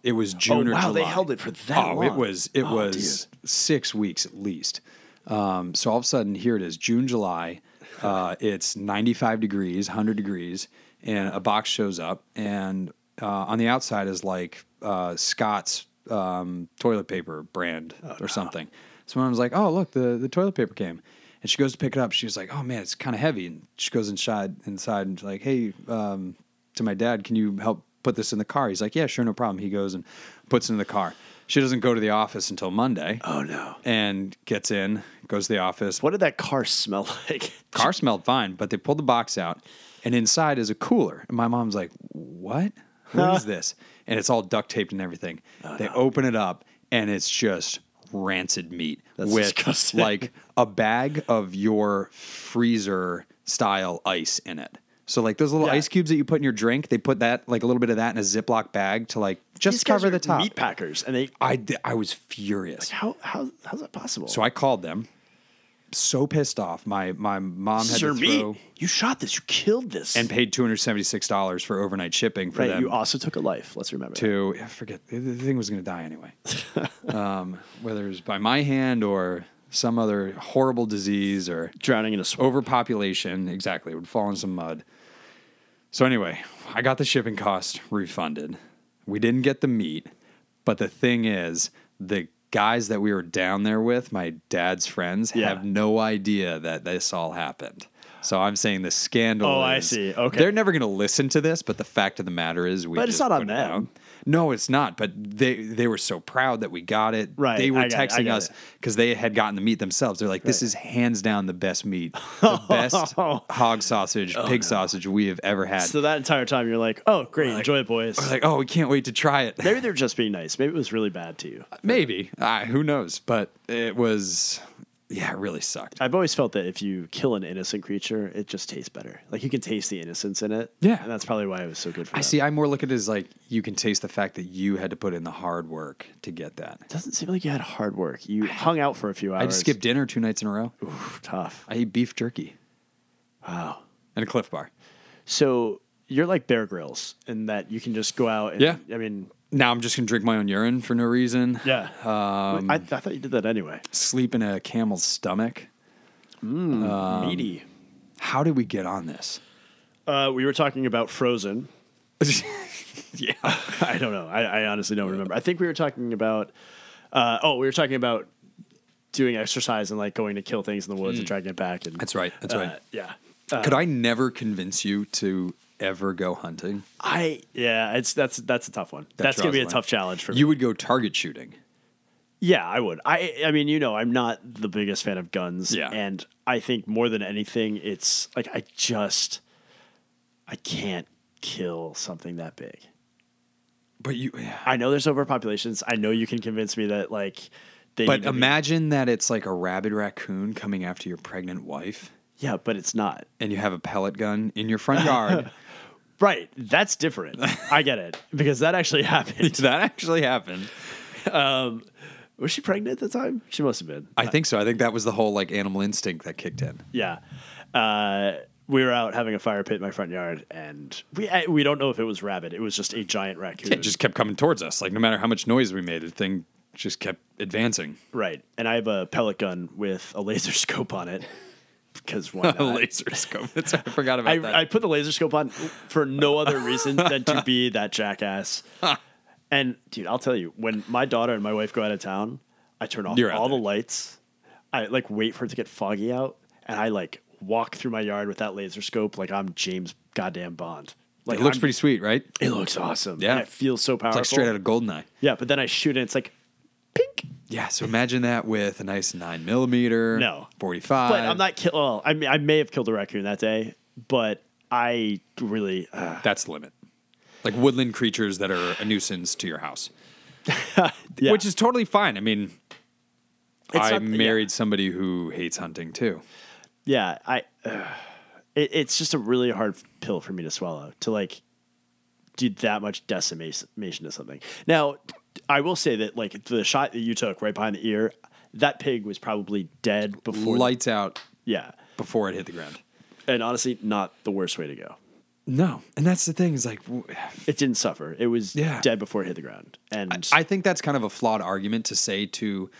Speaker 1: It was June
Speaker 2: Oh,
Speaker 1: or
Speaker 2: wow,
Speaker 1: July.
Speaker 2: they held it for that
Speaker 1: Oh,
Speaker 2: long.
Speaker 1: it was it
Speaker 2: Oh,
Speaker 1: was six weeks at least. Um, so all of a sudden, here it is, June, July. Uh, it's 95 degrees, 100 degrees, and a box shows up, and uh, on the outside is like uh, Scott's um, toilet paper brand
Speaker 2: Oh,
Speaker 1: or something. So my mom's like, "Oh, look, the the toilet paper came." And she goes to pick it up. She's like, "Oh man, it's kind of heavy." And she goes inside, inside, and she's like, "Hey, um, to my dad, can you help put this in the car?" He's like, "Yeah, sure, no problem." He goes and puts it in the car. She doesn't go to the office until Monday
Speaker 2: Oh no!
Speaker 1: and gets in, goes to the office.
Speaker 2: What did that car smell like?
Speaker 1: Car smelled fine, but they pulled the box out, and inside is a cooler. And my mom's like, "What? What is this?" And it's all duct taped and everything.
Speaker 2: Oh,
Speaker 1: they open it up, and it's just rancid meat
Speaker 2: That's
Speaker 1: with
Speaker 2: disgusting.
Speaker 1: like a bag of your freezer style ice in it. So like those little
Speaker 2: Yeah.
Speaker 1: ice cubes that you put in your drink, they put that like a little bit of that in a Ziploc bag to like just
Speaker 2: These guys
Speaker 1: cover
Speaker 2: are
Speaker 1: the top.
Speaker 2: Meat packers, and they
Speaker 1: I di- I was furious.
Speaker 2: how how how's that possible?
Speaker 1: So I called them. So pissed off. My my mom
Speaker 2: this
Speaker 1: had
Speaker 2: is
Speaker 1: to
Speaker 2: your
Speaker 1: throw
Speaker 2: meat. You shot this. You killed this.
Speaker 1: and paid two hundred seventy six dollars for overnight shipping for
Speaker 2: right,
Speaker 1: them
Speaker 2: you also took a life. Let's remember. that.
Speaker 1: to I forget the the thing was going to die anyway, um, whether it was by my hand or some other horrible disease or
Speaker 2: Drowning in a swamp.
Speaker 1: overpopulation. Exactly, it would fall in some mud. So anyway, I got the shipping cost refunded. We didn't get the meat, but the thing is, the guys that we were down there with, my dad's friends,
Speaker 2: Yeah.
Speaker 1: have no idea that this all happened. So I'm saying the scandal.
Speaker 2: Oh, I
Speaker 1: is-
Speaker 2: see. Okay.
Speaker 1: they're never going to listen to this, but the fact of the matter is, we.
Speaker 2: But it's
Speaker 1: just
Speaker 2: not on
Speaker 1: put it
Speaker 2: them.
Speaker 1: out. No, it's not. But they they were so proud that we got it.
Speaker 2: Right,
Speaker 1: They were
Speaker 2: I got it, I
Speaker 1: texting
Speaker 2: got
Speaker 1: us
Speaker 2: it.
Speaker 1: because they had gotten the meat themselves. They're like, "This is hands down the best meat, the best hog sausage, pig sausage we have ever had."
Speaker 2: Oh. So that entire time, you're like, oh great, enjoy it, boys.
Speaker 1: I was like, "Oh, we can't wait to try it."
Speaker 2: Maybe they're just being nice. Maybe it was really bad to you.
Speaker 1: Maybe Ah, who knows? But it was, yeah, it really sucked.
Speaker 2: I've always felt that if you kill an innocent creature, it just tastes better. Like you can taste the innocence in it.
Speaker 1: Yeah.
Speaker 2: and that's probably why it was so good for.
Speaker 1: I see. I more look at it as like you can taste the fact that you had to put in the hard work to get that.
Speaker 2: Doesn't seem like you had hard work. You hung out for a few hours.
Speaker 1: I just skipped dinner two nights in a row.
Speaker 2: Oof, tough.
Speaker 1: I ate beef jerky
Speaker 2: Wow.
Speaker 1: and a Cliff Bar.
Speaker 2: So you're like Bear Grylls in that you can just go out and
Speaker 1: Yeah.
Speaker 2: I mean,
Speaker 1: Now I'm just gonna drink my own urine for no reason.
Speaker 2: yeah.
Speaker 1: Um,
Speaker 2: I, I thought you did that anyway.
Speaker 1: Sleep in a camel's stomach. um,
Speaker 2: Meaty.
Speaker 1: How did we get on this?
Speaker 2: Uh, we were talking about Frozen.
Speaker 1: yeah.
Speaker 2: I don't know. I, I honestly don't remember. I think we were talking about. Uh, oh, we were talking about doing exercise and like going to kill things in the woods and dragging it back. And
Speaker 1: Hmm. That's right. That's
Speaker 2: uh,
Speaker 1: right.
Speaker 2: Yeah.
Speaker 1: Could I never convince you to ever go hunting?
Speaker 2: I yeah. It's that's that's a tough one. that's gonna
Speaker 1: draws
Speaker 2: be
Speaker 1: the
Speaker 2: a
Speaker 1: line.
Speaker 2: tough challenge for me.
Speaker 1: You would go target shooting.
Speaker 2: Yeah, I would. I I mean, you know, I'm not the biggest fan of guns.
Speaker 1: Yeah.
Speaker 2: And I think more than anything, it's like I just I can't kill something that big.
Speaker 1: But you, yeah.
Speaker 2: I know there's overpopulations. I know you can convince me that like they. need
Speaker 1: but
Speaker 2: to be-
Speaker 1: imagine that it's like a rabid raccoon coming after your pregnant wife,
Speaker 2: yeah, but it's not
Speaker 1: and you have a pellet gun in your front yard.
Speaker 2: right. That's different. I get it because that actually happened.
Speaker 1: that actually happened.
Speaker 2: Um, was she pregnant at the time? She must have been.
Speaker 1: I think so. I think that was the whole like animal instinct that kicked in.
Speaker 2: Yeah. Uh, we were out having a fire pit in my front yard, and we I, we don't know if it was rabbit. It was just a giant raccoon.
Speaker 1: It just kept coming towards us. Like no matter how much noise we made, the thing just kept advancing.
Speaker 2: right. And I have a pellet gun with a laser scope on it because why not?
Speaker 1: A laser scope. That's, I forgot about that.
Speaker 2: I, I put the laser scope on for no other reason than to be that jackass. and dude, I'll tell you, when my daughter and my wife go out of town, I turn off
Speaker 1: You're out
Speaker 2: all the
Speaker 1: there.
Speaker 2: lights. I like wait for it to get foggy out, and I like walk through my yard with that laser scope like I'm James goddamn Bond. Like
Speaker 1: it looks
Speaker 2: I'm-
Speaker 1: pretty sweet, right? It's
Speaker 2: It looks awesome.
Speaker 1: Yeah.
Speaker 2: and it feels so powerful.
Speaker 1: like straight out of Goldeneye.
Speaker 2: yeah, but then I shoot and it's like pink.
Speaker 1: Yeah. So imagine that with a nice nine millimeter.
Speaker 2: No.
Speaker 1: forty five.
Speaker 2: But I'm not kill. Well, I mean, I may have killed a raccoon that day, but I really. Uh,
Speaker 1: That's the limit. Like woodland creatures that are a nuisance to your house,
Speaker 2: yeah.
Speaker 1: which is totally fine. I mean, I
Speaker 2: not- yeah.
Speaker 1: married somebody who hates hunting too.
Speaker 2: yeah i uh, it, it's just a really hard pill for me to swallow to like do that much decimation to something now i will say that like the shot that you took right behind the ear that pig was probably dead before
Speaker 1: Lights out
Speaker 2: yeah
Speaker 1: before it hit the ground.
Speaker 2: and honestly not the worst way to go
Speaker 1: No, and that's the thing is like, w-
Speaker 2: it didn't suffer it was
Speaker 1: Yeah.
Speaker 2: dead before it hit the ground and
Speaker 1: I think that's kind of a flawed argument to say to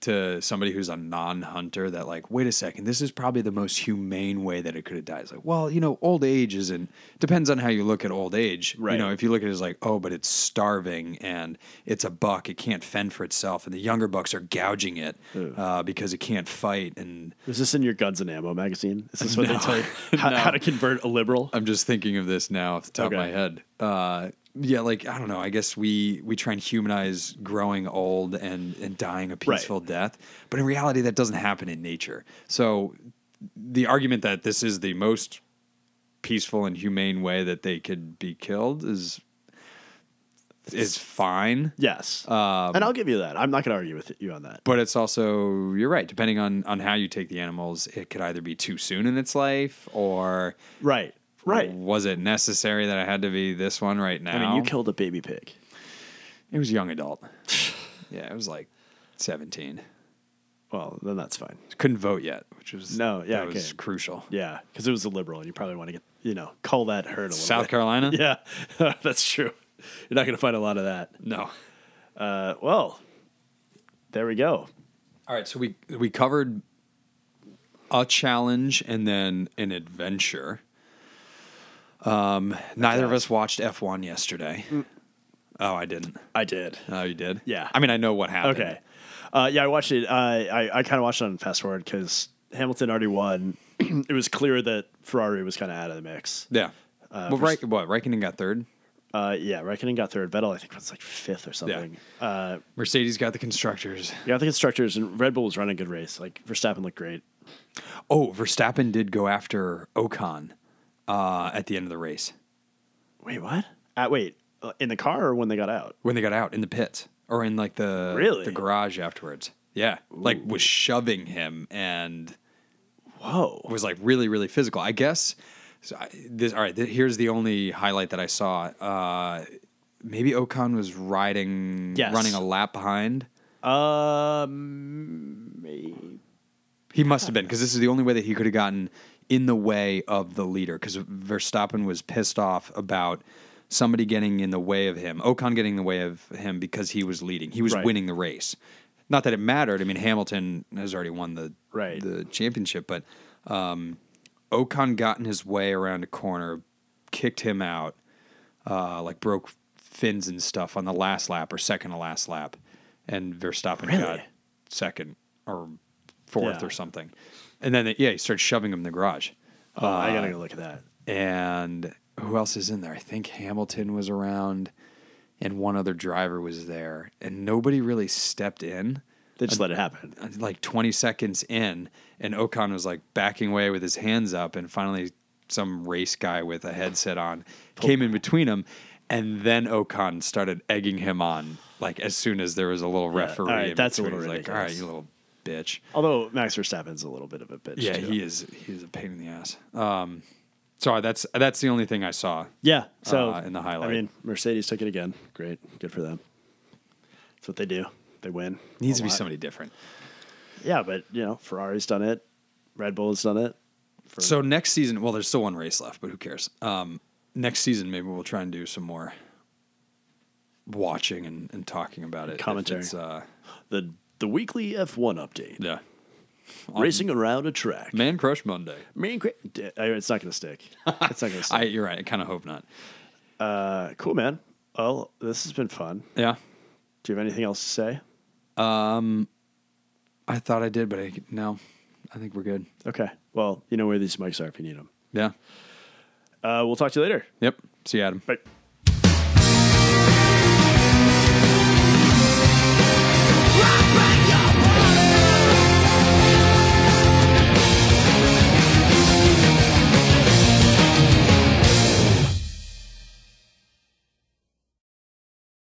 Speaker 1: to somebody who's a non-hunter that like, wait a second, this is probably the most humane way that it could have died. It's like, well, you know, old age isn't depends on how you look at old age.
Speaker 2: Right.
Speaker 1: You know, if you look at it as like, oh, but it's starving and it's a buck, it can't fend for itself, and the younger bucks are gouging it uh, because it can't fight. And
Speaker 2: is this in your guns and ammo magazine is this what they tell you how,
Speaker 1: No.
Speaker 2: how to convert a liberal
Speaker 1: I'm just thinking of this now off the top
Speaker 2: Okay.
Speaker 1: of my head. Uh, yeah, like I don't know. I guess we we try and humanize growing old and and dying a
Speaker 2: Right.
Speaker 1: peaceful death, but in reality, that doesn't happen in nature. So the argument that this is the most peaceful and humane way that they could be killed is is fine.
Speaker 2: yes
Speaker 1: Um,
Speaker 2: and i'll give you that i'm not going to argue with you on that
Speaker 1: But it's also you're right. Depending on on how you take the animals, it could either be too soon in its life, or
Speaker 2: right right
Speaker 1: was it necessary that I had to be this one right now?
Speaker 2: i mean you killed a baby pig
Speaker 1: It was young adult. yeah, it was like 17.
Speaker 2: Well, then that's fine.
Speaker 1: Couldn't vote yet, which was
Speaker 2: No, yeah,
Speaker 1: that was
Speaker 2: okay.
Speaker 1: crucial.
Speaker 2: Yeah, because it was a liberal, and you probably want to get you know call that herd a little.
Speaker 1: South
Speaker 2: bit.
Speaker 1: Carolina?
Speaker 2: Yeah, that's true. You're not going to find a lot of that.
Speaker 1: No.
Speaker 2: Uh, well, there we go.
Speaker 1: All right, so we we covered a challenge and then an adventure. Um, neither of us watched F1 yesterday. Oh, I didn't.
Speaker 2: I did.
Speaker 1: Oh, you did?
Speaker 2: Mm. Yeah.
Speaker 1: I mean, I know what happened.
Speaker 2: Okay. Uh, yeah, I watched it. Uh, I I kind of watched it on fast forward because Hamilton already won. it was clear that Ferrari was kind of out of the mix.
Speaker 1: Yeah. well, Raik- what? Raikkonen got third.
Speaker 2: Uh, yeah, Reckoning got third. Vettel I think was like fifth or something. Uh,
Speaker 1: Mercedes got the constructors.
Speaker 2: yeah, I think it's structures and Red Bull was running a good race. Like Verstappen looked great.
Speaker 1: Oh, Verstappen did go after Ocon uh, at the end of the race.
Speaker 2: Wait, what? Uh, wait, uh, in the car or when they got out?
Speaker 1: when they got out in the pits or in like the
Speaker 2: Really?
Speaker 1: the garage afterwards. Yeah, like was shoving him and
Speaker 2: Whoa.
Speaker 1: was like really really physical. I guess so I, this all right. th- here's the only highlight that I saw. Uh, maybe Ocon was riding
Speaker 2: Yes.
Speaker 1: running a lap behind.
Speaker 2: Um,
Speaker 1: He must have been because this is the only way that he could have gotten in the way of the leader because Verstappen was pissed off about somebody getting in the way of him, Ocon getting in the way of him because he was leading. He was
Speaker 2: Right.
Speaker 1: winning the race. Not that it mattered. I mean, Hamilton has already won the
Speaker 2: Right.
Speaker 1: the championship, but um, Ocon got in his way around a corner, kicked him out, uh, like broke fins and stuff on the last lap or second to last lap, and Verstappen
Speaker 2: Really?
Speaker 1: got second or fourth
Speaker 2: Yeah.
Speaker 1: or something. And then, yeah, he starts shoving him in the garage.
Speaker 2: oh,
Speaker 1: Uh,
Speaker 2: I gotta go look at that.
Speaker 1: And who else is in there? I think Hamilton was around and one other driver was there. And nobody really stepped in.
Speaker 2: They just let it happen.
Speaker 1: Like 20 seconds in, and Ocon was like backing away with his hands up. And finally, some race guy with a headset on came in between them. And then Okan started egging him on, like as soon as there was a little referee.
Speaker 2: all right,
Speaker 1: in
Speaker 2: that's a
Speaker 1: between.
Speaker 2: little
Speaker 1: He's like, all right,
Speaker 2: ridiculous.
Speaker 1: you little bitch.
Speaker 2: Although Max Verstappen's a little bit of a bitch.
Speaker 1: Yeah,
Speaker 2: too.
Speaker 1: he is. He's a pain in the ass. Um, sorry, that's that's the only thing I saw.
Speaker 2: Yeah. So
Speaker 1: Uh, in the highlight.
Speaker 2: I mean, Mercedes took it again. Great, good for them. That's what they do. They win.
Speaker 1: Needs
Speaker 2: a
Speaker 1: to be
Speaker 2: lot.
Speaker 1: somebody different.
Speaker 2: Yeah, but you know, Ferrari's done it. Red Bull's done it. For,
Speaker 1: So next season, well, there's still one race left, but who cares? Um, next season, maybe we'll try and do some more watching and, and talking about it. if
Speaker 2: Commentary.
Speaker 1: it's, uh,
Speaker 2: the the weekly F1 update.
Speaker 1: yeah.
Speaker 2: Racing around a track.
Speaker 1: Man Crush Monday.
Speaker 2: Man, cra- D- I- it's not going to stick. It's not going to
Speaker 1: I,
Speaker 2: stick.
Speaker 1: you're right. I kind of hope not.
Speaker 2: uh, cool, man. Well, this has been fun.
Speaker 1: Yeah.
Speaker 2: Do you have anything else to say?
Speaker 1: I thought I did, but I, no, I think we're good.
Speaker 2: Okay. Well, you know where these mics are if you need them.
Speaker 1: Yeah.
Speaker 2: Uh, we'll talk to you later.
Speaker 1: Yep. See you, Adam.
Speaker 2: Bye.